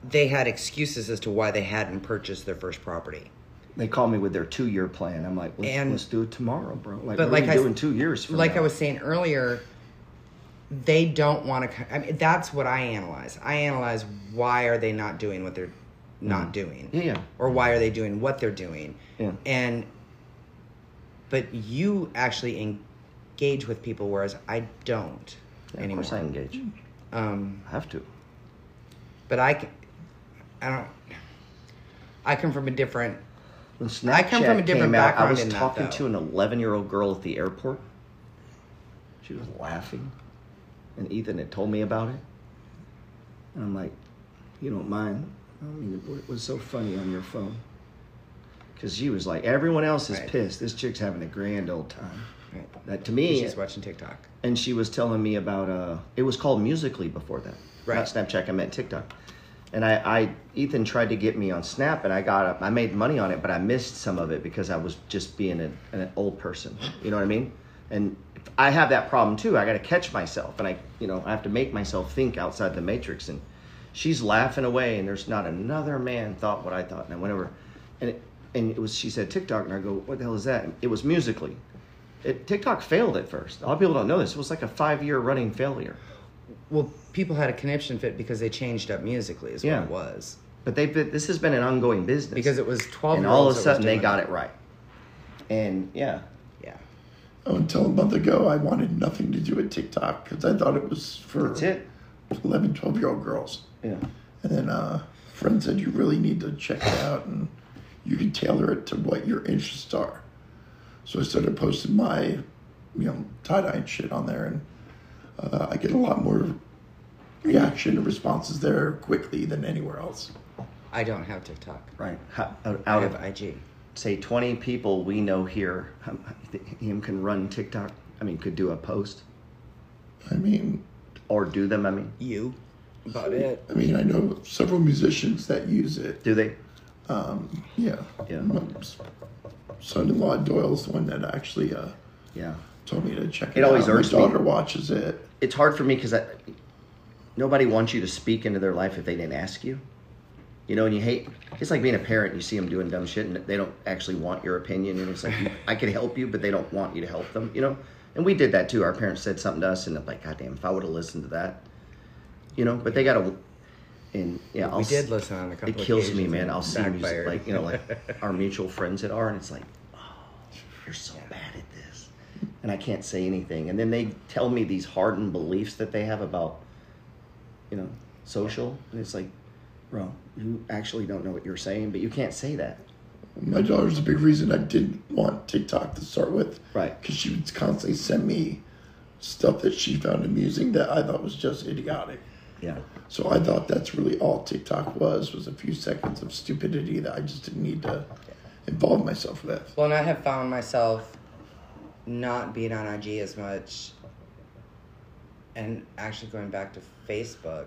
S3: they had excuses as to why they hadn't purchased their first property.
S1: they call me with their two year plan. I'm like, let's,
S3: And-
S1: let's do it tomorrow, bro. Like,
S3: But
S1: what
S3: like
S1: are you
S3: I
S1: doing two years from
S3: like
S1: now?
S3: I was saying earlier, they don't want to. I mean, that's what I analyze. I analyze why are they not doing what they're not doing
S1: Yeah, yeah.
S3: or why are they doing what they're doing
S1: Yeah.
S3: and but you actually engage with people whereas i don't
S1: Yeah, of
S3: anymore
S1: course I engage.
S3: um
S1: I have to.
S3: but i c- i don't i come from a different
S1: When Snapchat
S3: I come from a different
S1: came out, I
S3: background
S1: was
S3: in that,
S1: talking
S3: though.
S1: to an 11 year old girl at the airport. She was laughing, and Ethan had told me about it. And I'm like, you don't mind? I mean, what was so funny on your phone? Because she was like, everyone else is
S3: Right.
S1: pissed. This chick's having a grand old time.
S3: right,
S1: That to me,
S3: she's watching tiktok
S1: and she was telling me about uh it was called musically before that not
S3: Right.
S1: snapchat i meant tiktok and I, I ethan tried to get me on snap and i got up i made money on it but i missed some of it because i was just being an, an old person you know what i mean and i have that problem too i got to catch myself and i you know i have to make myself think outside the matrix and she's laughing away and there's not another man thought what i thought and i went over and it, and it was she said tiktok and i go what the hell is that And it was musically it, TikTok failed at first. A lot of people don't know this. It was like a five year running failure.
S3: well people had a connection fit because they changed up musically is
S1: Yeah.
S3: what it was
S1: But they've been, this has been an ongoing business.
S3: because it was 12
S1: and
S3: year
S1: all of a
S3: olds that was
S1: sudden they
S3: doing
S1: got it right. And yeah,
S3: yeah
S6: Oh, until a month ago, I wanted nothing to do with TikTok because I thought it was for
S1: that's it.
S6: 11, 12 year old girls.
S1: Yeah.
S6: And then uh, a friend said, You really need to check it out and you can tailor it to what your interests are. So I started posting my, you know, tie dye and shit on there. And uh, I get a lot more reaction and responses there quickly than anywhere else.
S3: i don't have tiktok
S1: Right. How, out
S3: i
S1: out
S3: have
S1: of,
S3: ig
S1: say, 20 people we know here, um, him can run TikTok. I mean, could do a post
S6: I mean,
S1: or do them. I mean,
S3: you about it
S6: I mean, I know several musicians that use it.
S1: do they?
S6: Yeah.
S1: Yeah.
S6: My son-in-law Doyle's the one that actually uh,
S1: Yeah.
S6: told me to check it,
S1: It always
S6: out.
S1: irks
S6: My
S1: me.
S6: daughter watches it.
S1: It's hard for me because nobody wants you to speak into their life if they didn't ask you. You know, and you hate. It's like being a parent. You see them doing dumb shit, and they don't actually want your opinion. And it's like, I could help you, but they don't want you to help them. You know, and we did that too. Our parents said something to us, and I'm like, God damn, if I would have listened to that, you know. But they got to. And yeah, I'll,
S3: we
S1: s-
S3: did listen on a couple
S1: It kills me,
S3: occasions
S1: man.
S3: and
S1: I'll see music
S3: backfired.
S1: like you know, like our mutual friends at R, and it's like, oh, you're so bad at this, and I can't say anything. And then they tell me these hardened beliefs that they have about you know, social. And it's like, bro, you actually don't know what you're saying, but you can't say that.
S6: My daughter's a big reason I didn't want TikTok to start with.
S1: Right.
S6: Because she would constantly send me stuff that she found amusing that I thought was just idiotic.
S1: Yeah.
S6: So I thought that's really all TikTok was, was a few seconds of stupidity that I just didn't need to involve myself with.
S3: Well, and I have found myself not being on IG as much and actually going back to Facebook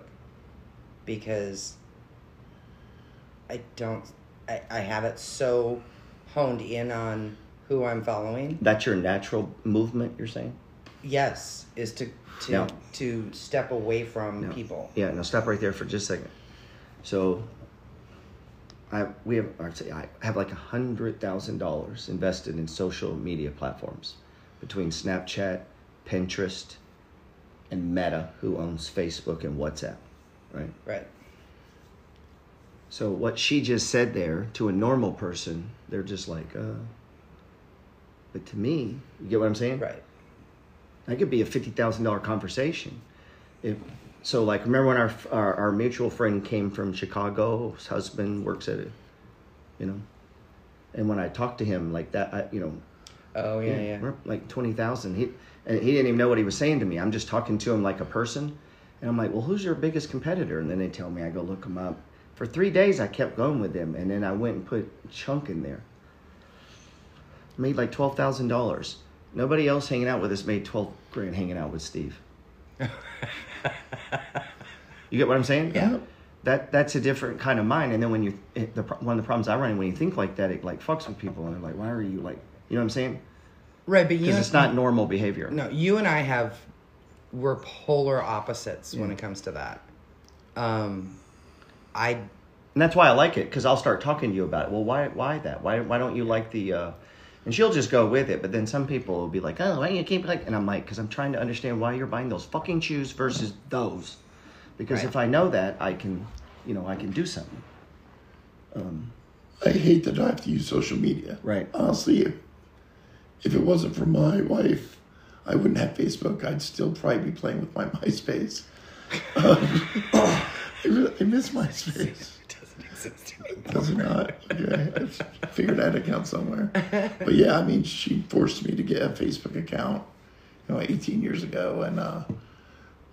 S3: because I don't, I, I have it so honed in on who I'm following.
S1: That's your natural movement, you're saying?
S3: Yes, is to, to,
S1: No.
S3: to step away from
S1: No.
S3: people.
S1: Yeah, now stop right there for just a second. So, I we have I'd say I have like a hundred thousand dollars invested in social media platforms, between Snapchat, Pinterest, and Meta, who owns Facebook and WhatsApp, right?
S3: Right.
S1: So what she just said there to a normal person, they're just like, uh. But to me, you get what I'm saying?
S3: Right.
S1: That could be a fifty thousand dollar conversation. If so, like remember when our, our our mutual friend came from Chicago, his husband works at it, you know, and when I talked to him like that, I, you know,
S3: Oh, yeah, yeah.
S1: we're up like twenty thousand. He and he didn't even know what he was saying to me. I'm just talking to him like a person, and I'm like, well, who's your biggest competitor? And then they tell me, I go look him up. For three days, I kept going with them, and then I went and put Chunk in there. Made like twelve thousand dollars. Nobody else hanging out with us made twelve grand hanging out with Steve. you get what I'm saying?
S6: Yeah.
S1: That that's a different kind of mind. And then when you it, the pro- one of the problems I run in when you think like that, it like fucks with people, and they're like, why are you like, you know what I'm saying?
S3: Right, but you
S1: Because it's not normal behavior.
S3: No, you and I have we're polar opposites when it comes to that. Um, I
S1: And that's why I like it, because I'll start talking to you about it. Well, why why that? Why why don't you like the uh and she'll just go with it, but then some people will be like, "Oh, why don't you keep like?" And I'm like, "Cause I'm trying to understand why you're buying those fucking shoes versus those, because
S3: Right.
S1: if I know that, I can, you know, I can do something."
S6: I hate that I have to use social media.
S1: Right.
S6: Honestly, if, if it wasn't for my wife, I wouldn't have Facebook. I'd still probably be playing with my MySpace. Um, I, really, I miss MySpace.
S3: Doesn't exist
S6: Does it not? Okay. I figured I had an account somewhere. But yeah, I mean, she forced me to get a Facebook account, you know, 18 years ago. And uh,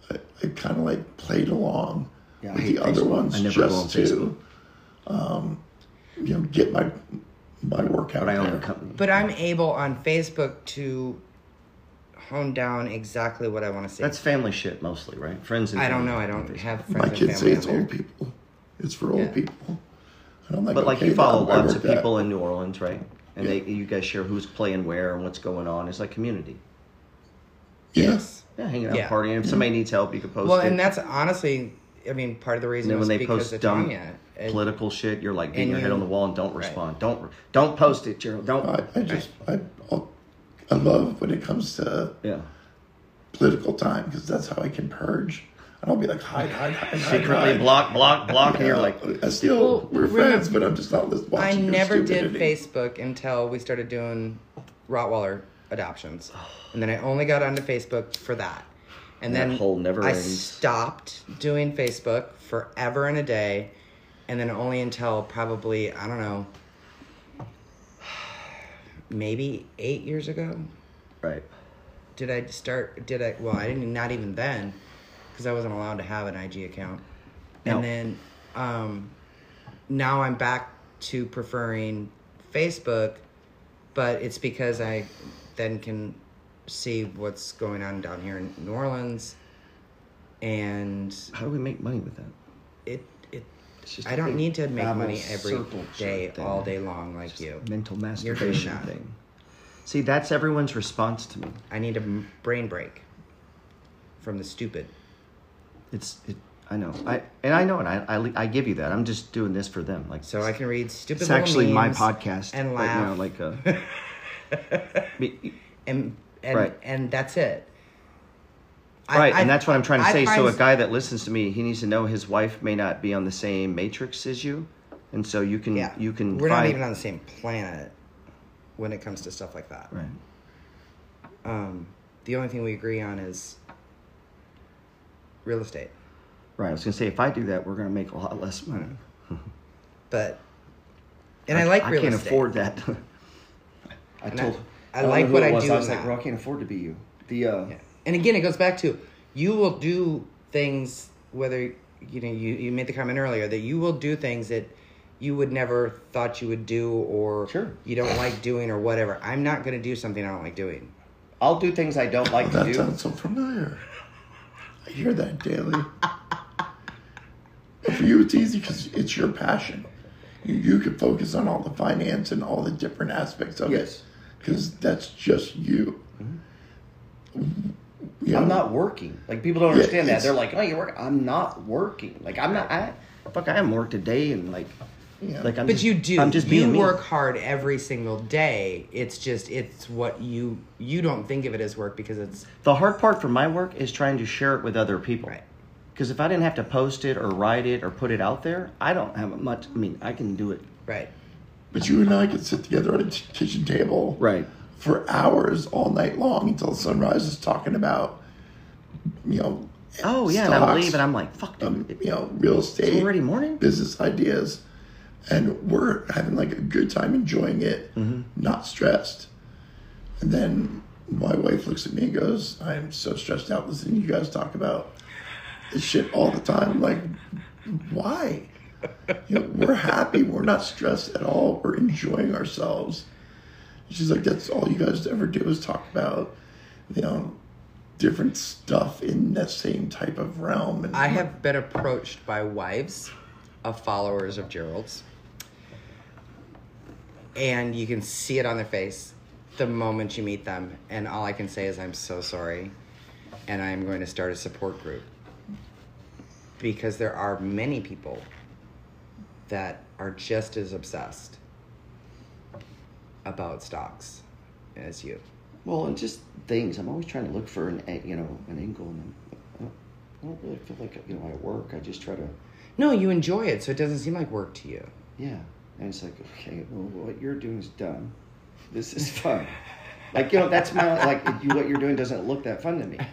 S6: I, I kind of like played along
S1: Yeah, I
S6: with
S1: hate
S6: the other
S1: Facebook.
S6: ones
S1: I never go on
S6: just
S1: Facebook.
S6: to, um, you know, get my my workout
S1: But I own
S6: there.
S1: a company.
S3: But I'm able on Facebook to hone down exactly what I want to see.
S1: That's family shit mostly, right? Friends and
S3: I don't
S1: family.
S3: know. I don't have friends
S6: My
S3: and
S6: kids say
S3: family
S6: it's
S3: on there.
S6: old people. It's for old
S3: Yeah.
S6: people. And I'm like,
S1: But like
S6: okay,
S1: you follow
S6: now I
S1: lots
S6: work
S1: of
S6: that.
S1: people in New Orleans, right? And they you guys share who's playing where and what's going on. It's like community.
S6: Yes.
S1: Yeah, hanging out,
S3: Yeah.
S1: partying. If somebody needs help, you can post
S3: Well,
S1: it.
S3: and that's honestly, I mean, part of the reason
S1: And then
S3: was
S1: when they
S3: because
S1: post
S3: of
S1: dumb
S3: Tanya. And-
S1: political shit, you're like beating
S3: and
S1: your head
S3: you-
S1: on the wall and don't respond. Don't don't post it, Gerald. Don't.
S6: I, I just, I, I love when it comes to
S1: yeah.
S6: political time because that's how I can purge. And I'll be like, hide, hide, hide, hide,
S1: Secretly
S6: hide.
S1: block, block, block, and you're
S6: Yeah,
S1: like,
S6: I still, we're friends, but I'm just not lis-
S3: I
S6: watching. your
S3: never did
S6: stupidity.
S3: Facebook until we started doing Rottweiler adoptions, and then I only got onto Facebook for that. And
S1: That
S3: then
S1: hole never
S3: I
S1: ends.
S3: stopped doing Facebook forever and a day, and then only until probably I don't know, maybe eight years ago
S1: right.
S3: did I start? Did I? Well, I didn't. Not even then, because I wasn't allowed to have an IG account.
S1: No.
S3: And then, um, now I'm back to preferring Facebook, but it's because I then can see what's going on down here in New Orleans, and
S1: How do we make money with that?
S3: it it.
S1: It's just
S3: I
S1: a
S3: don't
S1: big
S3: need to make
S1: babble
S3: money every
S1: circle shit
S3: day,
S1: thing.
S3: all day long like
S1: Just
S3: you.
S1: Mental
S3: You're doing
S1: masturbation
S3: that.
S1: thing. See, that's everyone's response to me.
S3: I need a m- brain break from the stupid.
S1: It's it. I know. I and I know it. I, I I give you that. I'm just doing this for them. Like
S3: So I can read stupid.
S1: It's
S3: little
S1: actually my
S3: memes
S1: podcast.
S3: and
S1: like,
S3: laugh.
S1: you know, like uh, me-
S3: and and
S1: Right.
S3: and that's it. I-
S1: right,
S3: I-
S1: and that's what I'm trying to
S3: I
S1: say. So
S3: find
S1: a guy that listens to me, he needs to know his wife may not be on the same matrix as you, and so you can
S3: yeah,
S1: you can
S3: We're not
S1: find-
S3: even on the same planet when it comes to stuff like that.
S1: right.
S3: Um, the only thing we agree on is real estate,
S1: Right, I was gonna say if I do that, we're gonna make a lot less money.
S3: but and I, like
S1: I
S3: real
S1: can't
S3: estate.
S1: afford that. I
S3: And
S1: told.
S3: I- I
S1: don't know
S3: like
S1: who
S3: what
S1: it
S3: I
S1: was.
S3: do
S1: I was
S3: in
S1: like,
S3: that.
S1: "Bro, I can't afford to be you." The uh,
S3: Yeah. And again, it goes back to you will do things whether you know you, you made the comment earlier that you will do things that you would never thought you would do or
S1: Sure.
S3: you don't like doing or whatever. I'm not going to do something I don't like doing.
S1: I'll do things I don't like to
S6: Oh,
S1: do.
S6: That sounds so familiar. I hear that daily. But for you, it's easy because it's your passion. You, you can focus on all the finance and all the different aspects of
S1: Yes.
S6: it because that's just you. You
S1: Mm-hmm. I'm
S6: know,
S1: not working. Like people don't
S6: Yeah,
S1: understand that.
S6: it's-
S1: They're like, oh, you're working. I'm not working. Like I'm not. I fuck. I haven't worked a day and like,
S6: Yeah.
S1: like I'm.
S3: But
S1: just,
S3: you do.
S1: I'm just
S3: you
S1: being me.
S3: work hard every single day. It's just it's what you you don't think of it as work because it's
S1: The hard part for my work is trying to share it with other people.
S3: Right.
S1: Because if I didn't have to post it or write it or put it out there, I don't have much. I mean, I can do it.
S3: right.
S6: But you and I could sit together at a t- kitchen table
S1: Right.
S6: for hours all night long until sunrise is talking about, you know,
S1: Oh yeah, and I
S6: stocks,
S1: leave and I'm like, fuck, dude.
S6: um,
S1: it-
S6: you know, real estate.
S1: already morning?
S6: Business ideas. And we're having like a good time enjoying it, not stressed. And then my wife looks at me and goes, I'm so stressed out listening to you guys talk about this shit all the time. Like, why? You know, we're happy. We're not stressed at all. We're enjoying ourselves. She's like, that's all you guys ever do is talk about, you know, different stuff in that same type of realm. And
S3: I have been approached by wives of followers of Gerald's, and you can see it on their face the moment you meet them. And all I can say is I'm so sorry, and I am going to start a support group because there are many people that are just as obsessed about stocks as you.
S1: Well, and just things. I'm always trying to look for an a- you know an angle, and I'm, I don't really feel like you know I work. I just try to.
S3: No, you enjoy it, so it doesn't seem like work to you.
S5: Yeah. And it's like, okay, well, what you're doing is dumb. This is fun. like, you know, that's my, like, you, what you're doing doesn't look that fun to me.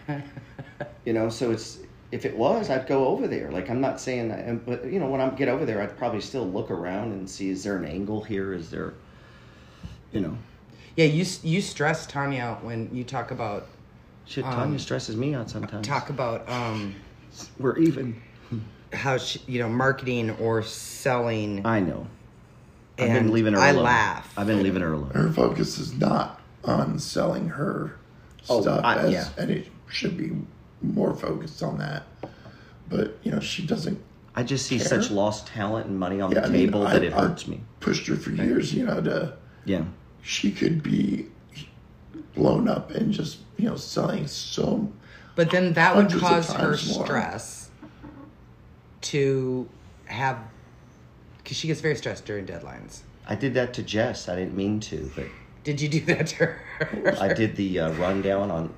S5: You know, so it's, if it was, I'd go over there. Like, I'm not saying that, and, but, you know, when I get over there, I'd probably still look around and see, is there an angle here? Is there, you know,
S3: Yeah, you s- you stress Tanya out when you talk about
S5: shit,
S3: Um,
S5: Tanya stresses me out sometimes.
S3: talk about um
S5: We're even.
S3: how she, you know marketing or selling.
S5: I know. I've
S3: And
S5: been leaving her
S3: I
S5: alone.
S3: laugh.
S5: I've been leaving her alone.
S6: Her focus is not on selling her
S5: Oh,
S6: stuff,
S5: I-
S6: as,
S5: yeah.
S6: and it should be more focused on that. But you know, she doesn't
S5: I just see
S6: Care?
S5: such lost talent and money on
S6: Yeah,
S5: the
S6: I mean,
S5: table
S6: I-
S5: that it
S6: I
S5: hurts me.
S6: pushed her for years. You know, to
S5: Yeah.
S6: she could be blown up and just you know selling so
S3: But then that would
S6: Hundreds of
S3: cause her
S6: times more.
S3: stress to have because she gets very stressed during deadlines.
S5: I did that to Jess. I didn't mean to, but
S3: Did you do that to her?
S5: I did the uh, rundown on.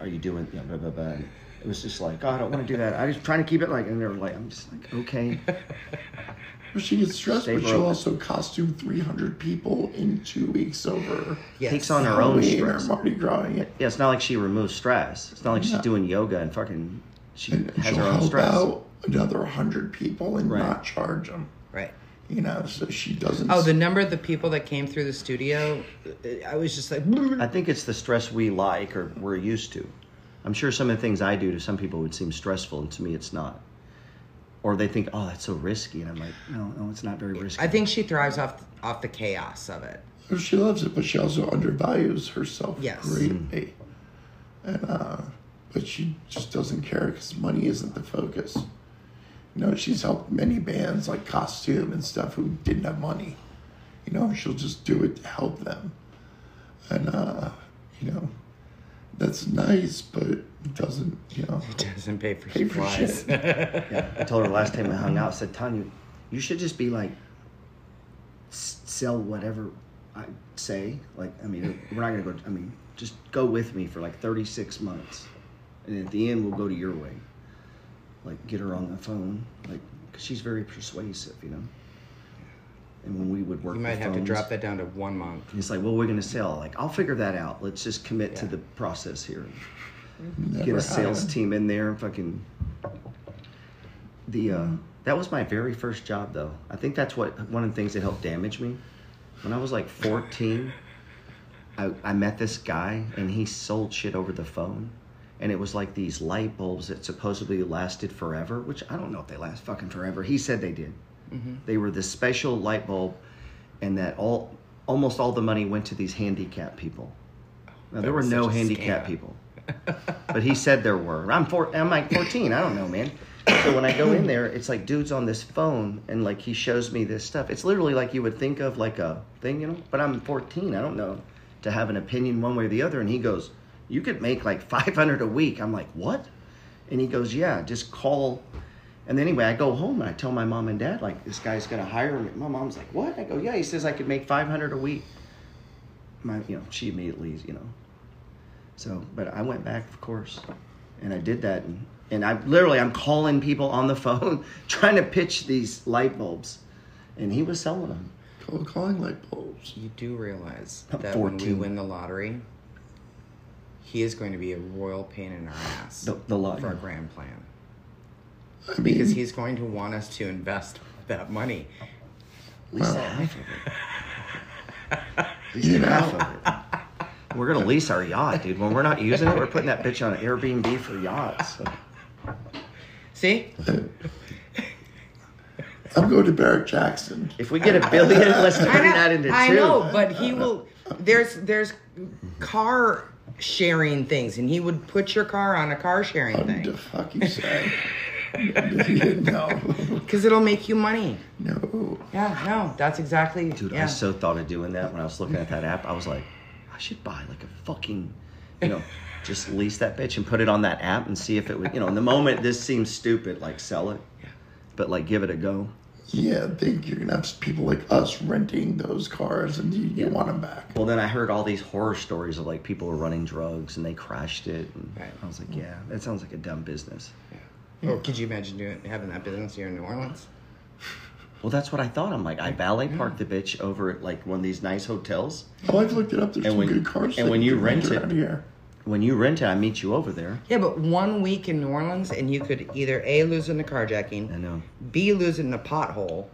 S5: Are you doing? You know, blah, blah, blah. It was just like, oh, I don't want to do that. I was trying to keep it like, and they were like, I'm just like, okay.
S6: But she gets stressed,
S5: Stay
S6: but she'll
S5: broke.
S6: also costume 300 people in two weeks over
S3: Yes.
S5: Takes on her own
S6: Halloween or
S5: stress.
S6: Mardi Gras. Yeah.
S5: Yeah, it's not like she removes stress. It's not like she's
S6: No.
S5: doing yoga and fucking. She
S6: And
S5: has
S6: she'll
S5: her own
S6: help
S5: stress.
S6: out another 100 people and
S5: Right.
S6: not charge them.
S3: Right.
S6: You know, so she doesn't.
S3: Oh, the number of the people that came through the studio, uh, I was just like,
S5: I think it's the stress we like or we're used to. I'm sure some of the things I do to some people would seem stressful, and to me, it's not. Or they think, oh, that's so risky, and I'm like, no, no, it's not very risky.
S3: I think she thrives off off the chaos of it.
S6: So she loves it, but she also undervalues herself
S3: Yes.
S6: greatly. And uh, but she just doesn't care because money isn't the focus. You know, she's helped many bands like Costume and stuff who didn't have money. You know, she'll just do it to help them. And uh, you know, that's nice, but it doesn't. You know,
S3: Doesn't pay for
S6: pay for
S3: supplies.
S6: shit.
S5: Yeah, I told her last time I hung out, I said, Tanya, you should just be like, s- sell whatever I say. Like, I mean, we're not going to go, I mean, just go with me for like 36 months. And at the end, we'll go to your way. Like, get her on the phone. Like, because she's very persuasive, you know? And when we would work,
S3: You might
S5: the
S3: have to
S5: phones,
S3: drop that down to one month.
S5: It's like, well, we're going to sell. Like, I'll figure that out. Let's just commit to
S3: Yeah.
S5: the process here. Get
S6: Never
S5: a sales
S6: happened.
S5: team in there and fucking. The uh, that was my very first job though. I think that's what one of the things that helped damage me. When I was like 14, I, I met this guy and he sold shit over the phone, and it was like these light bulbs that supposedly lasted forever, which I don't know if they last fucking forever. He said they did. They were this special light bulb, and that all almost all the money went to these handicapped people. Now there were
S3: was
S5: no
S3: such a
S5: handicapped
S3: scam.
S5: people but he said there were. I'm four, I'm like 14. I don't know, man. So when I go in there, it's like dudes on this phone, and like he shows me this stuff. It's literally like you would think of like a thing, you know. But I'm 14. I don't know to have an opinion one way or the other. And he goes, "You could make like 500 a week." I'm like, "What?" And he goes, "Yeah, just call." And then anyway, I go home and I tell my mom and dad like this guy's gonna hire me. My mom's like, "What?" I go, "Yeah." He says I could make 500 a week. My, you know, she immediately, you know, so, but I went back, of course, and I did that, and, and I literally I'm calling people on the phone trying to pitch these light bulbs, and he was selling them.
S6: Call- calling light bulbs.
S3: You do realize
S5: I'm
S3: that when we
S5: 14.
S3: win the lottery, he is going to be a royal pain in our ass
S5: The, the lot.
S3: for our grand plan.
S6: I mean,
S3: Because he's going to want us to invest that money.
S5: At least
S6: Wow.
S5: half of it. At least
S6: You know.
S5: half of it. We're gonna lease our yacht, dude. When we're not using it, we're putting that bitch on Airbnb for yachts. So.
S3: See?
S6: I'm going to Barrett Jackson.
S5: If we get a billion, let's turn
S3: I know,
S5: that into two.
S3: I know, but he will. There's there's car sharing things, and he would put your car on a car sharing
S6: I'm the
S3: thing
S6: fuck you say? no,
S3: because it'll make you money.
S6: no.
S3: Yeah, no, that's exactly.
S5: Dude,
S3: yeah.
S5: I so thought of doing that when I was looking at that app. I was like, I should buy like a fucking, you know, just lease that bitch and put it on that app and see if it would, you know, in the moment this seems stupid, like sell it, but like give it a go.
S6: Yeah, I think you're gonna have people like us renting those cars, and you, you want them back.
S5: Well, then I heard all these horror stories of like people were running drugs and they crashed it. And
S3: Right.
S5: I was like, yeah, that sounds like a dumb business.
S3: Oh, could you imagine doing having that business here in New Orleans?
S1: Well, that's what I thought. I'm like, I valet parked the bitch over at like one of these nice hotels.
S6: Oh, I've looked it up. There's
S1: And
S6: some
S1: when-
S6: good cars.
S1: and
S6: that
S1: when you
S6: can
S1: rent it-
S6: around here.
S1: When you rent it, I meet you over there.
S3: Yeah, but one week in New Orleans and you could either A, lose in the
S1: I
S3: carjacking,
S1: know.
S3: B, lose it in the pothole.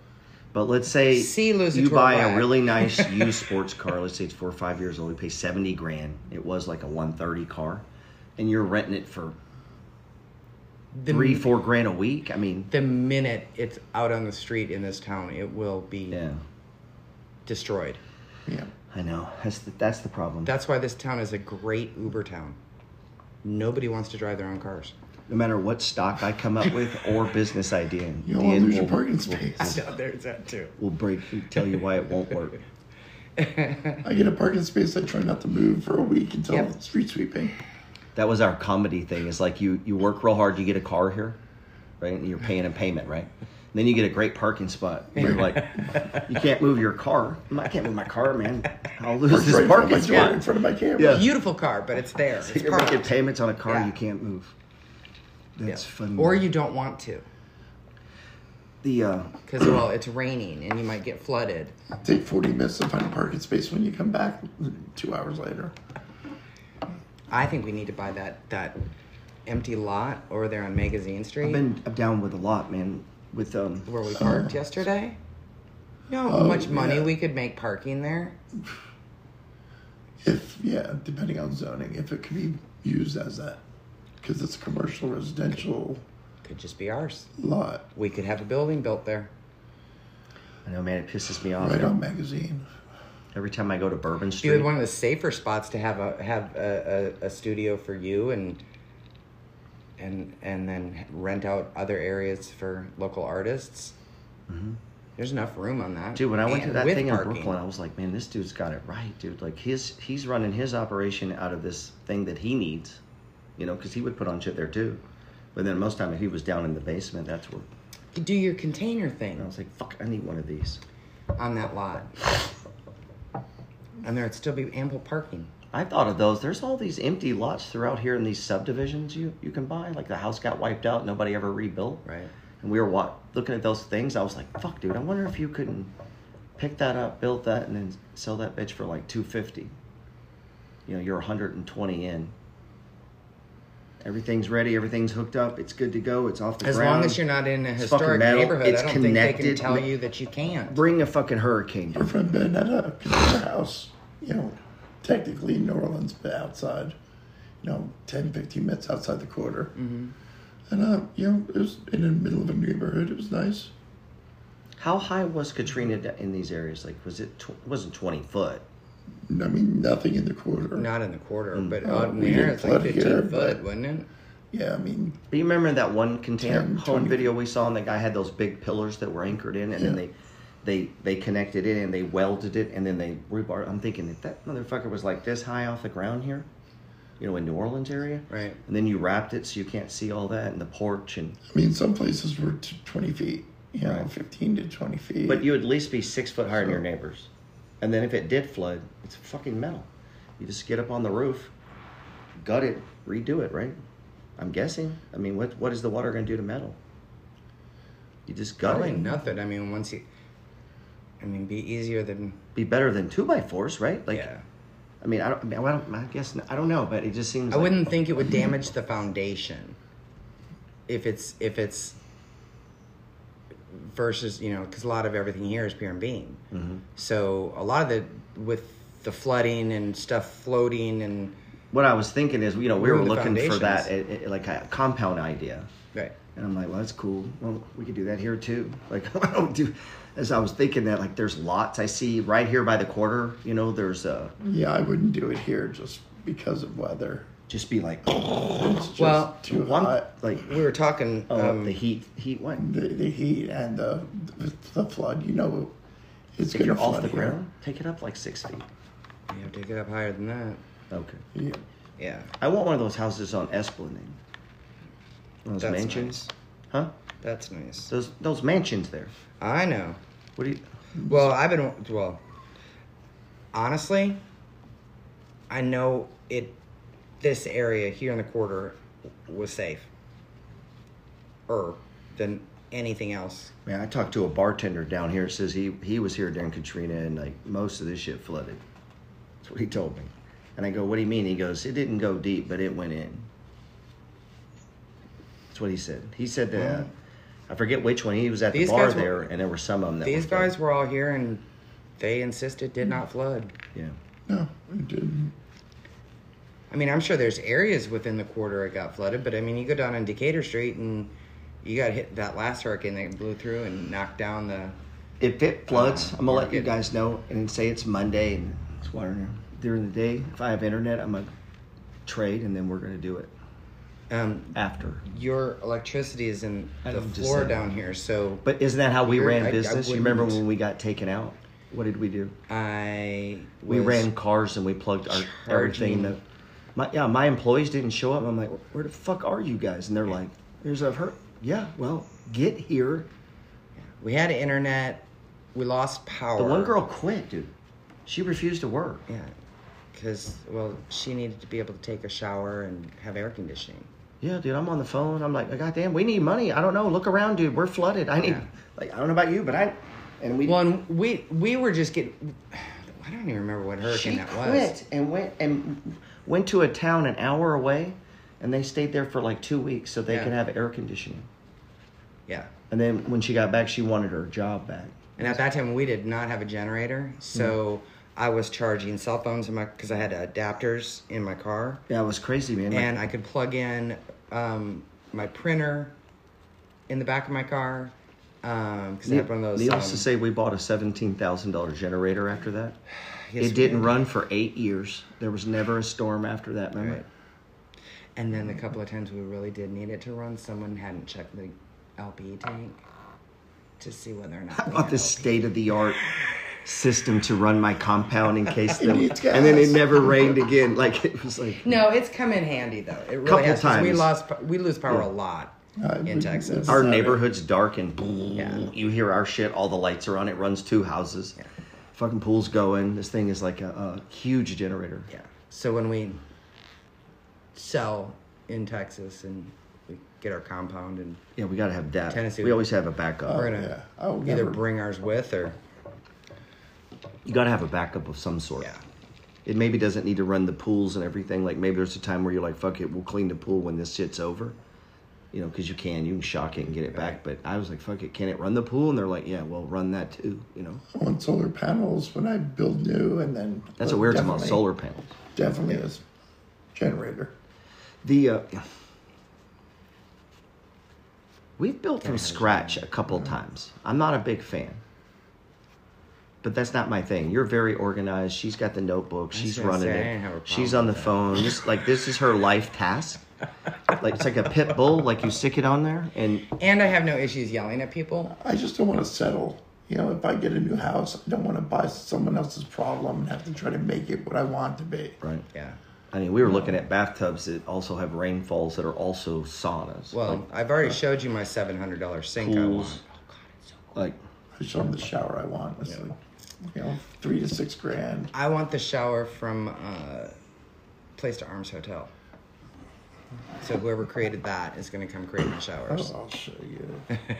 S1: But let's say
S3: See, lose it
S1: you
S3: to a
S1: buy a
S3: rat.
S1: really nice used sports car. Let's say it's four or five years old. You pay seventy grand. It was like a one thirty car, and you're renting it for
S3: The,
S1: three, four grand a week. I mean,
S3: The minute it's out on the street in this town, it will be
S1: yeah,
S3: destroyed.
S6: Yeah.
S1: I know. That's the, that's the problem.
S3: That's why this town is a great Uber town. Nobody wants to drive their own cars.
S1: no matter what stock I come up with or business idea,
S6: You
S1: the
S6: don't want to
S1: end
S6: lose your
S1: will-
S6: parking space.
S3: know there's that too.
S1: will break. Tell you why it won't work.
S6: I get a parking space. I try not to move for a week until
S3: Yep.
S6: street sweeping.
S1: That was our comedy thing. Is like you you work real hard, you get a car here, right? And you're paying a payment, right? And then you get a great parking spot. And you're like, you can't move your car. I'm like, I can't move my car, man. I'll lose
S6: Parked right
S1: this
S6: in front of my
S1: parking
S6: door, in
S1: spot.
S6: front of my camera.
S1: Yeah.
S3: Beautiful car, but it's there. It's
S1: You're making
S3: parked.
S1: payments on a car
S3: Yeah.
S1: you can't move.
S3: Yeah.
S1: That's funny.
S3: Or you don't want to,
S1: the uh,
S3: because well, it's raining and you might get flooded.
S6: Take 40 minutes to find a parking space when you come back two hours later.
S3: I think we need to buy that that empty lot over there on Magazine Street
S1: I've been up down with a lot, man. With um,
S3: where we parked yesterday. You know how
S6: Oh,
S3: much money
S6: yeah.
S3: we could make parking there?
S6: If, yeah, depending on zoning, if it can be used as that. Because it's a commercial residential
S3: Could just be ours.
S6: lot
S3: We could have a building built there.
S1: I know, man. It pisses me off
S6: right on magazine.
S1: every time I go to Bourbon
S3: Be
S1: Street.
S3: one of the safer spots to have a have a, a, a studio for you and and and then rent out other areas for local artists. There's enough room on that.
S1: Mm-hmm. Dude, when I went to
S3: And
S1: that
S3: with
S1: thing
S3: parking.
S1: in Brooklyn, I was like, man, this dude's got it right, dude. Like his he's running his operation out of this thing that he needs, you know, because he would put on shit there too. But then most time if he was down in the basement, that's where
S3: do your container
S1: I
S3: thing
S1: was like, fuck, I need one of these.
S3: on that lot, and there'd still be ample parking.
S1: I thought of those. There's all these empty lots throughout here in these subdivisions you you can buy. Like the house got wiped out, nobody ever rebuilt.
S3: Right.
S1: And we were wa- looking at those things. I was like, fuck, dude. I wonder if you couldn't pick that up, build that, and then sell that bitch for like two fifty. You know, you're 120 in. Everything's ready. Everything's hooked up. It's good to go. It's off the
S3: As
S1: ground.
S3: long as you're not in a
S1: It's fucking
S3: historic
S1: metal.
S3: neighborhood,
S1: It's
S3: I don't
S1: connected.
S3: think they can tell you that you can't.
S1: bring a fucking hurricane.
S6: Our friend Ben had a computer house, you know, technically New Orleans, but outside, you know, 10, 15 minutes outside the quarter. Mm-hmm. And, uh, you know, it was in the middle of a neighborhood. It was nice.
S1: How high was Katrina da- in these areas? Like, was it? Tw- it wasn't 20 foot.
S6: I mean, nothing in the quarter.
S3: Not in the quarter,
S1: Mm.
S3: but
S6: Oh,
S3: out in
S6: we
S3: there,
S6: did
S3: it's like
S6: flood
S3: 15
S6: here,
S3: foot,
S6: but-
S3: wouldn't it?
S6: Yeah, I mean,
S1: But you remember that one container
S6: 10,
S1: home
S6: 20.
S1: video we saw, and the guy had those big pillars that were anchored in, and then
S6: Yeah.
S1: they, they, they connected it and they welded it, and then they rebar. I'm thinking if that motherfucker was like this high off the ground here, you know, in New Orleans area,
S3: Right.
S1: And then you wrapped it so you can't see all that and the porch, and
S6: I mean, some places were t- 20 feet, you know,
S1: Right.
S6: 15 to 20 feet.
S1: but you would at least be six foot higher than your
S6: Sure.
S1: neighbors, and then if it did flood, it's fucking metal. You just get up on the roof, gut it, redo it, right? I'm guessing. I mean, what what is the water going to do to metal? You just gut
S3: Probably
S1: it.
S3: nothing. I mean, once you, I mean, be easier than
S1: be better than two by fours, right? Like,
S3: yeah.
S1: I mean, I don't, I, mean, I don't, I guess, I don't know, but it just seems.
S3: I
S1: like-
S3: wouldn't think it would damage the foundation if it's if it's versus you know because a lot of everything here is pier and beam.
S1: Mm-hmm.
S3: So a lot of the with the flooding and stuff floating and
S1: What I was thinking is, you know, we were
S3: Ruin the
S1: looking for that,
S3: foundations.
S1: eh, eh, like a compound idea,
S3: right.
S1: and I'm like, well, that's cool. Well, we could do that here too. Like, I don't do. As I was thinking that, like, there's lots I see right here by the quarter. You know, there's uh,
S6: yeah, I wouldn't do it here just because of weather.
S1: just be like,
S6: It's just
S3: Well,
S6: too
S1: one,
S6: hot.
S1: like,
S3: We were talking.
S1: oh,
S3: um,
S1: the heat, heat what?
S6: The, the heat and the, the flood, you know, it's
S1: If
S6: going to
S1: you're
S6: flood
S1: off the
S6: here.
S1: ground, take it up like six feet.
S3: you have to get up higher than that.
S1: Okay.
S6: Yeah.
S3: Yeah,
S1: I want one of those houses on Esplanade. Those
S3: That's
S1: mansions,
S3: nice.
S1: huh?
S3: that's nice.
S1: Those those mansions there.
S3: I know.
S1: What do you?
S3: Well, I've been well. Honestly, I know it. This area here in the quarter was safe, er, than anything else.
S1: Man, I talked to a bartender down here. Says he he was here during Katrina, and like most of this shit flooded. That's what he told me. And I go, "What do you mean?" He goes, "It didn't go deep, but it went in." That's what he said. He said that. Uh, I forget which one. He was at
S3: These
S1: the bar
S3: guys were-
S1: there, and there were some of them. That Hmm.
S3: These
S1: were flooded.
S3: guys were all here and they insisted did not flood.
S1: Yeah.
S6: No, it didn't.
S3: I mean, I'm sure there's areas within the quarter that got flooded, but I mean, you go down on Decatur Street and you got hit that last hurricane that blew through and knocked down the.
S1: If it floods,
S3: Uh,
S1: I'm gonna let you
S3: market.
S1: guys know and say it's Monday and it's water now. during the day. If I have internet, I'm gonna trade, and then we're gonna do it
S3: Um,
S1: after.
S3: your electricity is in
S1: I
S3: the
S1: know, just
S3: floor
S1: saying.
S3: down here, so
S1: But isn't that how we
S3: You're- I- I
S1: ran business? you remember
S3: wouldn't.
S1: when we got taken out? What did we do?
S3: I
S1: We
S3: was-
S1: ran cars and we plugged our
S3: Charging.
S1: everything. That my yeah, my employees didn't show up. I'm like, where the fuck are you guys? And they're like, there's a hurt. Yeah, well, get here.
S3: We had internet. We lost power.
S1: The one girl quit, dude. She refused to work.
S3: Yeah, because well, she needed to be able to take a shower and have air conditioning.
S1: Yeah, dude, I'm on the phone. I'm like, God damn, we need money. I don't know. Look around, dude. We're flooded. I need,
S3: Yeah.
S1: like, I don't know about you, but I, and we,
S3: Well, and we we were just getting. I don't even remember what hurricane
S1: she
S3: that
S1: quit
S3: was.
S1: and went and went to a town an hour away, and they stayed there for like two weeks so they
S3: Yeah.
S1: could have air conditioning.
S3: Yeah,
S1: And then when she got back, she wanted her job back.
S3: and at that time we did not have a generator,
S1: Hmm.
S3: so I was charging cell phones in my because I had adapters in my car,
S1: Yeah, it was crazy, man. Like,
S3: and I could plug in um, my printer in the back of my car because I had one of those.
S1: Needless
S3: um,
S1: to say, we bought a seventeen thousand dollar generator after that.
S3: yes,
S1: it didn't run for eight years. There was never a storm after that. Remember?
S3: Right. And then the couple of times we really did need it to run, someone hadn't checked the LP tank to see whether or not.
S1: I
S3: they
S1: bought
S3: had
S1: this
S3: LP.
S1: state of the art system to run my compound in case the,
S6: It needs
S1: and then it
S6: gas.
S1: never rained again. Like it was like
S3: No, it's come in handy though. It really
S1: Couple
S3: has. 'cause We
S1: times.
S3: lost. po- We lose power a lot
S6: I
S3: in
S6: believe
S3: Texas.
S6: that.
S1: our
S6: Sorry.
S1: neighborhood's dark and boom,
S3: Yeah.
S1: you hear our shit. All the lights are on. It runs two houses. Fucking pool's going. This thing is like a, a huge generator.
S3: yeah. So when we sell in Texas and we get our compound and
S1: Yeah, we gotta have that.
S3: Tennessee-
S1: We always have a backup.
S3: we're
S6: Oh, yeah.
S3: gonna
S6: I will
S3: either
S6: never-
S3: bring ours with or
S1: You gotta have a backup of some sort.
S3: yeah.
S1: It maybe doesn't need to run the pools and everything. Like maybe there's a time where you're like, fuck it, we'll clean the pool when this shit's over. You know, because you can, you can shock it and get it back. But I was like, fuck it, can it run the pool? And they're like, yeah, well, run that too. You know,
S6: I want solar panels when I build new, and then
S1: that's
S6: but
S1: what we were talking about
S6: definitely-
S1: solar panels.
S6: Definitely is generator.
S1: The uh, we've built from scratch a couple times. I'm not a big fan, but that's not my thing. You're very organized. She's got the notebook. She's
S3: gonna
S1: running
S3: say, I didn't have a
S1: it. She's
S3: problem
S1: on the
S3: with
S1: phone. This, like this is her life task. Like it's like a pit bull. Like you stick it on there, and
S3: And I have no issues yelling at people.
S6: I just don't want to settle. You know, if I get a new house, I don't want to buy someone else's problem and have to try to make it what I want it to be.
S1: right.
S3: Yeah.
S1: I mean, we were looking at bathtubs that also have rainfalls that are also saunas.
S3: Well, I've already showed you my seven hundred dollar sink I want.
S1: Pools. like,
S6: I show them the shower I want. It's like, you know, three to six grand.
S3: I want the shower from uh, Place to Arms Hotel. So whoever created that is going to come create my showers.
S6: I'll show you.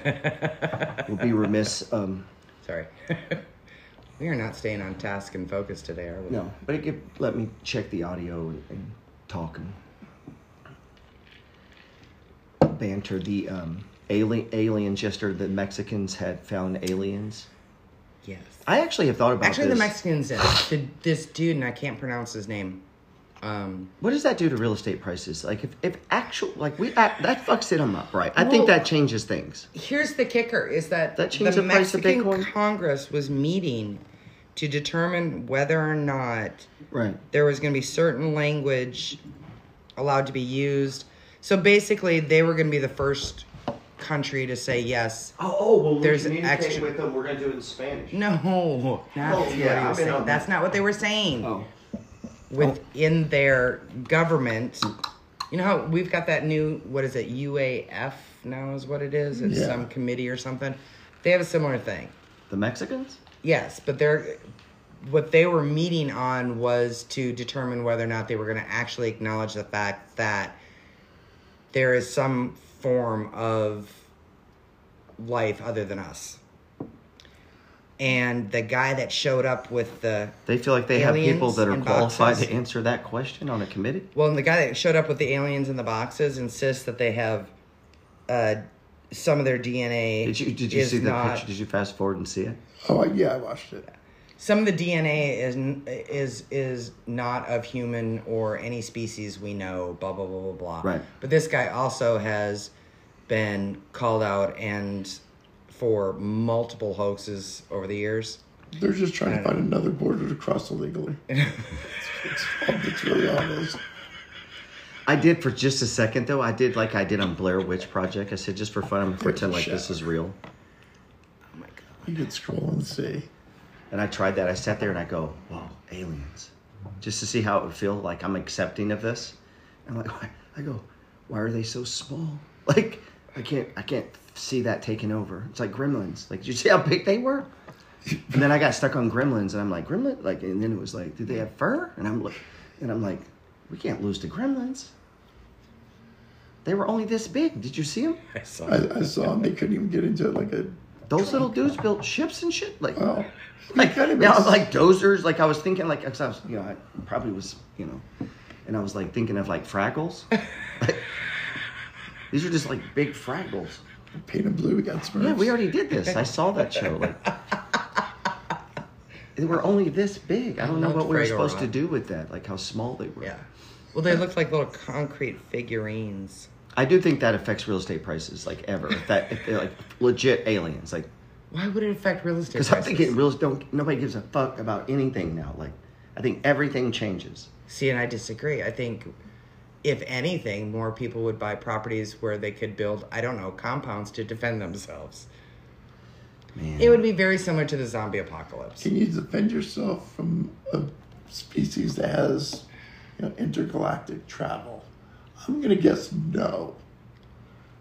S1: like we'll be remiss. Um,
S3: Sorry. we are not staying on task and focus today, are we?
S1: No, but it could let me check the audio and, and talk and banter. The um, alien alien jester. The Mexicans had found aliens.
S3: Yes.
S1: I actually have thought about
S3: Actually, the
S1: this.
S3: Mexicans did. The- this dude, and I can't pronounce his name. Um,
S1: what does that do to real estate prices? Like if, if actual like we that, that fucks it 'em up, right? I think
S3: Well-
S1: that changes things.
S3: here's the kicker: is that,
S1: That
S3: the
S1: changed the price of
S3: Mexican
S1: Bitcoin?
S3: Congress was meeting to determine whether or not
S1: Right.
S3: there was going to be certain language allowed to be used. So basically, they were going to be the first country to say yes.
S1: Oh, oh well,
S3: There's communicate extra- with
S1: them. We're gonna do it in Spanish.
S3: No, that's,
S1: Oh,
S3: what
S1: yeah,
S3: he
S1: I've
S3: was
S1: been
S3: saying.
S1: on-
S3: that's not what they were saying.
S1: Oh,
S3: Within their government, you know how we've got that new, what is it, UAF now is what it is? It's
S6: Yeah.
S3: some committee or something. They have a similar thing.
S1: the Mexicans?
S3: Yes, but they're what they were meeting on was to determine whether or not they were going to actually acknowledge the fact that there is some form of life other than us. And the guy that showed up with the
S1: They feel like they have
S3: Aliens
S1: people that are
S3: in
S1: qualified
S3: boxes.
S1: to answer that question on a committee.
S3: well, and the guy that showed up with the aliens in the boxes insists that they have uh, some of their DNA.
S1: Did you did you
S3: is
S1: see the
S3: not-
S1: picture? Did you fast forward and see it?
S6: Oh, I- yeah, I watched it.
S3: Some of the DNA is is is not of human or any species we know. Blah blah blah blah blah.
S1: Right.
S3: But this guy also has been called out and for multiple hoaxes over the years.
S6: They're just trying to find another border to cross illegally. it's, it's, it's really all those.
S1: I did for just a second though. I did like I did on Blair Witch Project. I said just for fun, I'm gonna pretend like this is real.
S6: You could scroll and see.
S1: And I tried that. I sat there and I go, "Whoa, aliens!" Just to see how it would feel. Like I'm accepting of this. And like why- I go, "Why are they so small?" Like I can't I can't see that taking over. It's like Gremlins. Like did you see how big they were? And then I got stuck on Gremlins, and I'm like Gremlin. Like and then it was like, "Do they have fur?" And I'm like, and I'm like, we can't lose to Gremlins. They were only this big. Did you see them?
S3: I saw.
S6: I, I saw them. They couldn't even get into like a.
S1: Those little dudes built ships and shit. Like.
S6: Oh,
S1: like
S6: That
S1: now I'm
S6: is-
S1: like dozers. Like I was thinking like 'cause I was you know I probably was you know, and I was like thinking of like Fraggles. Like, these are just like big Fraggles.
S6: paint and blue. We got Smurfs.
S1: Yeah, we already did this. I saw that show. Like they were only this big. I don't know
S3: loved
S1: what we were
S3: Fraggle
S1: supposed to
S3: Rock.
S1: do with that. Like how small they were.
S3: Yeah. Well, they look like little concrete figurines.
S1: I do think that affects real estate prices like ever. If that if they're like legit aliens like
S3: Why would it affect real estate?
S1: because I'm
S3: prices?
S1: thinking real don't nobody gives a fuck about anything now. Like I think everything changes.
S3: See, and I disagree. I think, if anything, more people would buy properties where they could build, I don't know, compounds to defend themselves.
S1: Man.
S3: It would be very similar to the zombie apocalypse.
S6: Can you defend yourself from a species that has you know, intergalactic travel? I'm gonna guess no.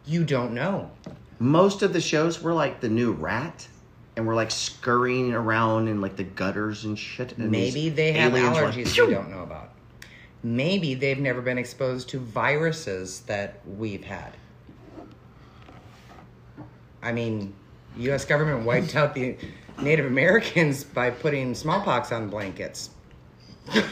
S3: You don't know.
S1: most of the shows were like the new rat and we're like scurrying around in like the gutters and shit and
S3: Maybe
S1: these
S3: they have
S1: aliens were like,
S3: allergies
S1: "Phew!"
S3: we don't know about. Maybe they've never been exposed to viruses that we've had. I mean, U.S. government wiped out the Native Americans by putting smallpox on blankets.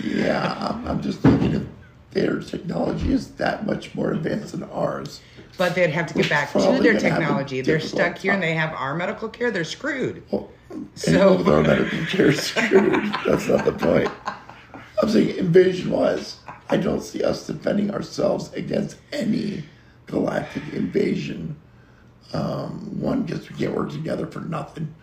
S6: Yeah, I'm, I'm just thinking if their technology is that much more advanced than ours.
S3: But they'd have to get back to
S6: Probably
S3: their
S6: gonna have a
S3: technology. They're
S6: difficult
S3: stuck here and
S6: time.
S3: they have our medical care. They're screwed.
S6: Well,
S3: So-
S6: so with our medical care screwed. That's not the point. I'm saying invasion wise, I don't see us defending ourselves against any galactic invasion. Um, one, because we can't work together for nothing.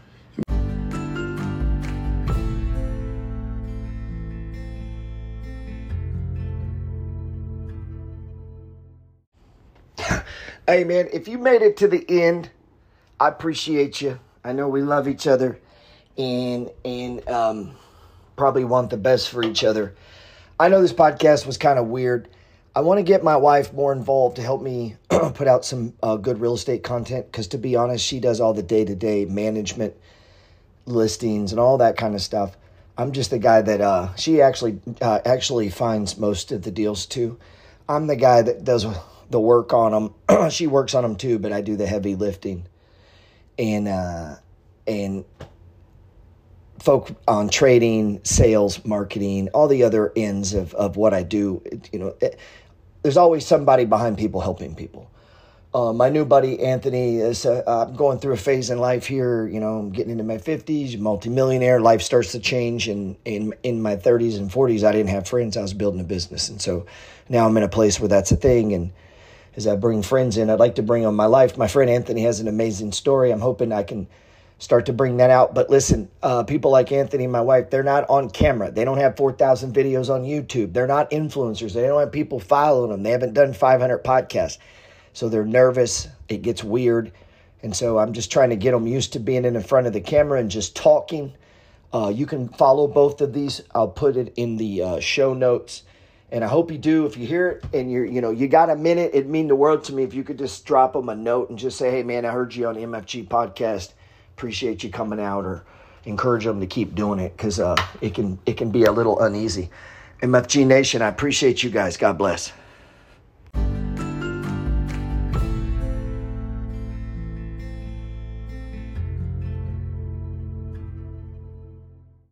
S1: Hey man, if you made it to the end, I appreciate you. I know we love each other and and um probably want the best for each other. I know this podcast was kind of weird. I want to get my wife more involved to help me put out some uh, good real estate content cuz to be honest, she does all the day-to-day management listings and all that kind of stuff. I'm just the guy that uh, she actually uh, actually finds most of the deals too. I'm the guy that does the work on them. she works on them too, but I do the heavy lifting and uh, and folk on trading, sales, marketing, all the other ends of of what I do. It- you know, it, there's always somebody behind people helping people. Uh, my new buddy Anthony is uh, I'm going through a phase in life here. You know, I'm getting into my 50s, multimillionaire. Life starts to change, and in in my 30s and 40s, I didn't have friends. I was building a business, and so now I'm in a place where that's a thing. And as I bring friends in, I'd like to bring on my life. My friend Anthony has an amazing story. I'm hoping I can start to bring that out. But listen, uh, people like Anthony, and my wife, they're not on camera. They don't have 4,000 videos on YouTube. They're not influencers. They don't have people following them. They haven't done 500 podcasts. So they're nervous. It gets weird. And so I'm just trying to get them used to being in front of the camera and just talking. Uh, you can follow both of these. I'll put it in the uh, show notes, and I hope you do. If you hear it and you're, you know, you got a minute, it'd mean the world to me if you could just drop them a note and just say, "Hey, man, I heard you on the MFG podcast. Appreciate you coming out," or encourage them to keep doing it because uh, it can it can be a little uneasy. MFG Nation, I appreciate you guys. God bless.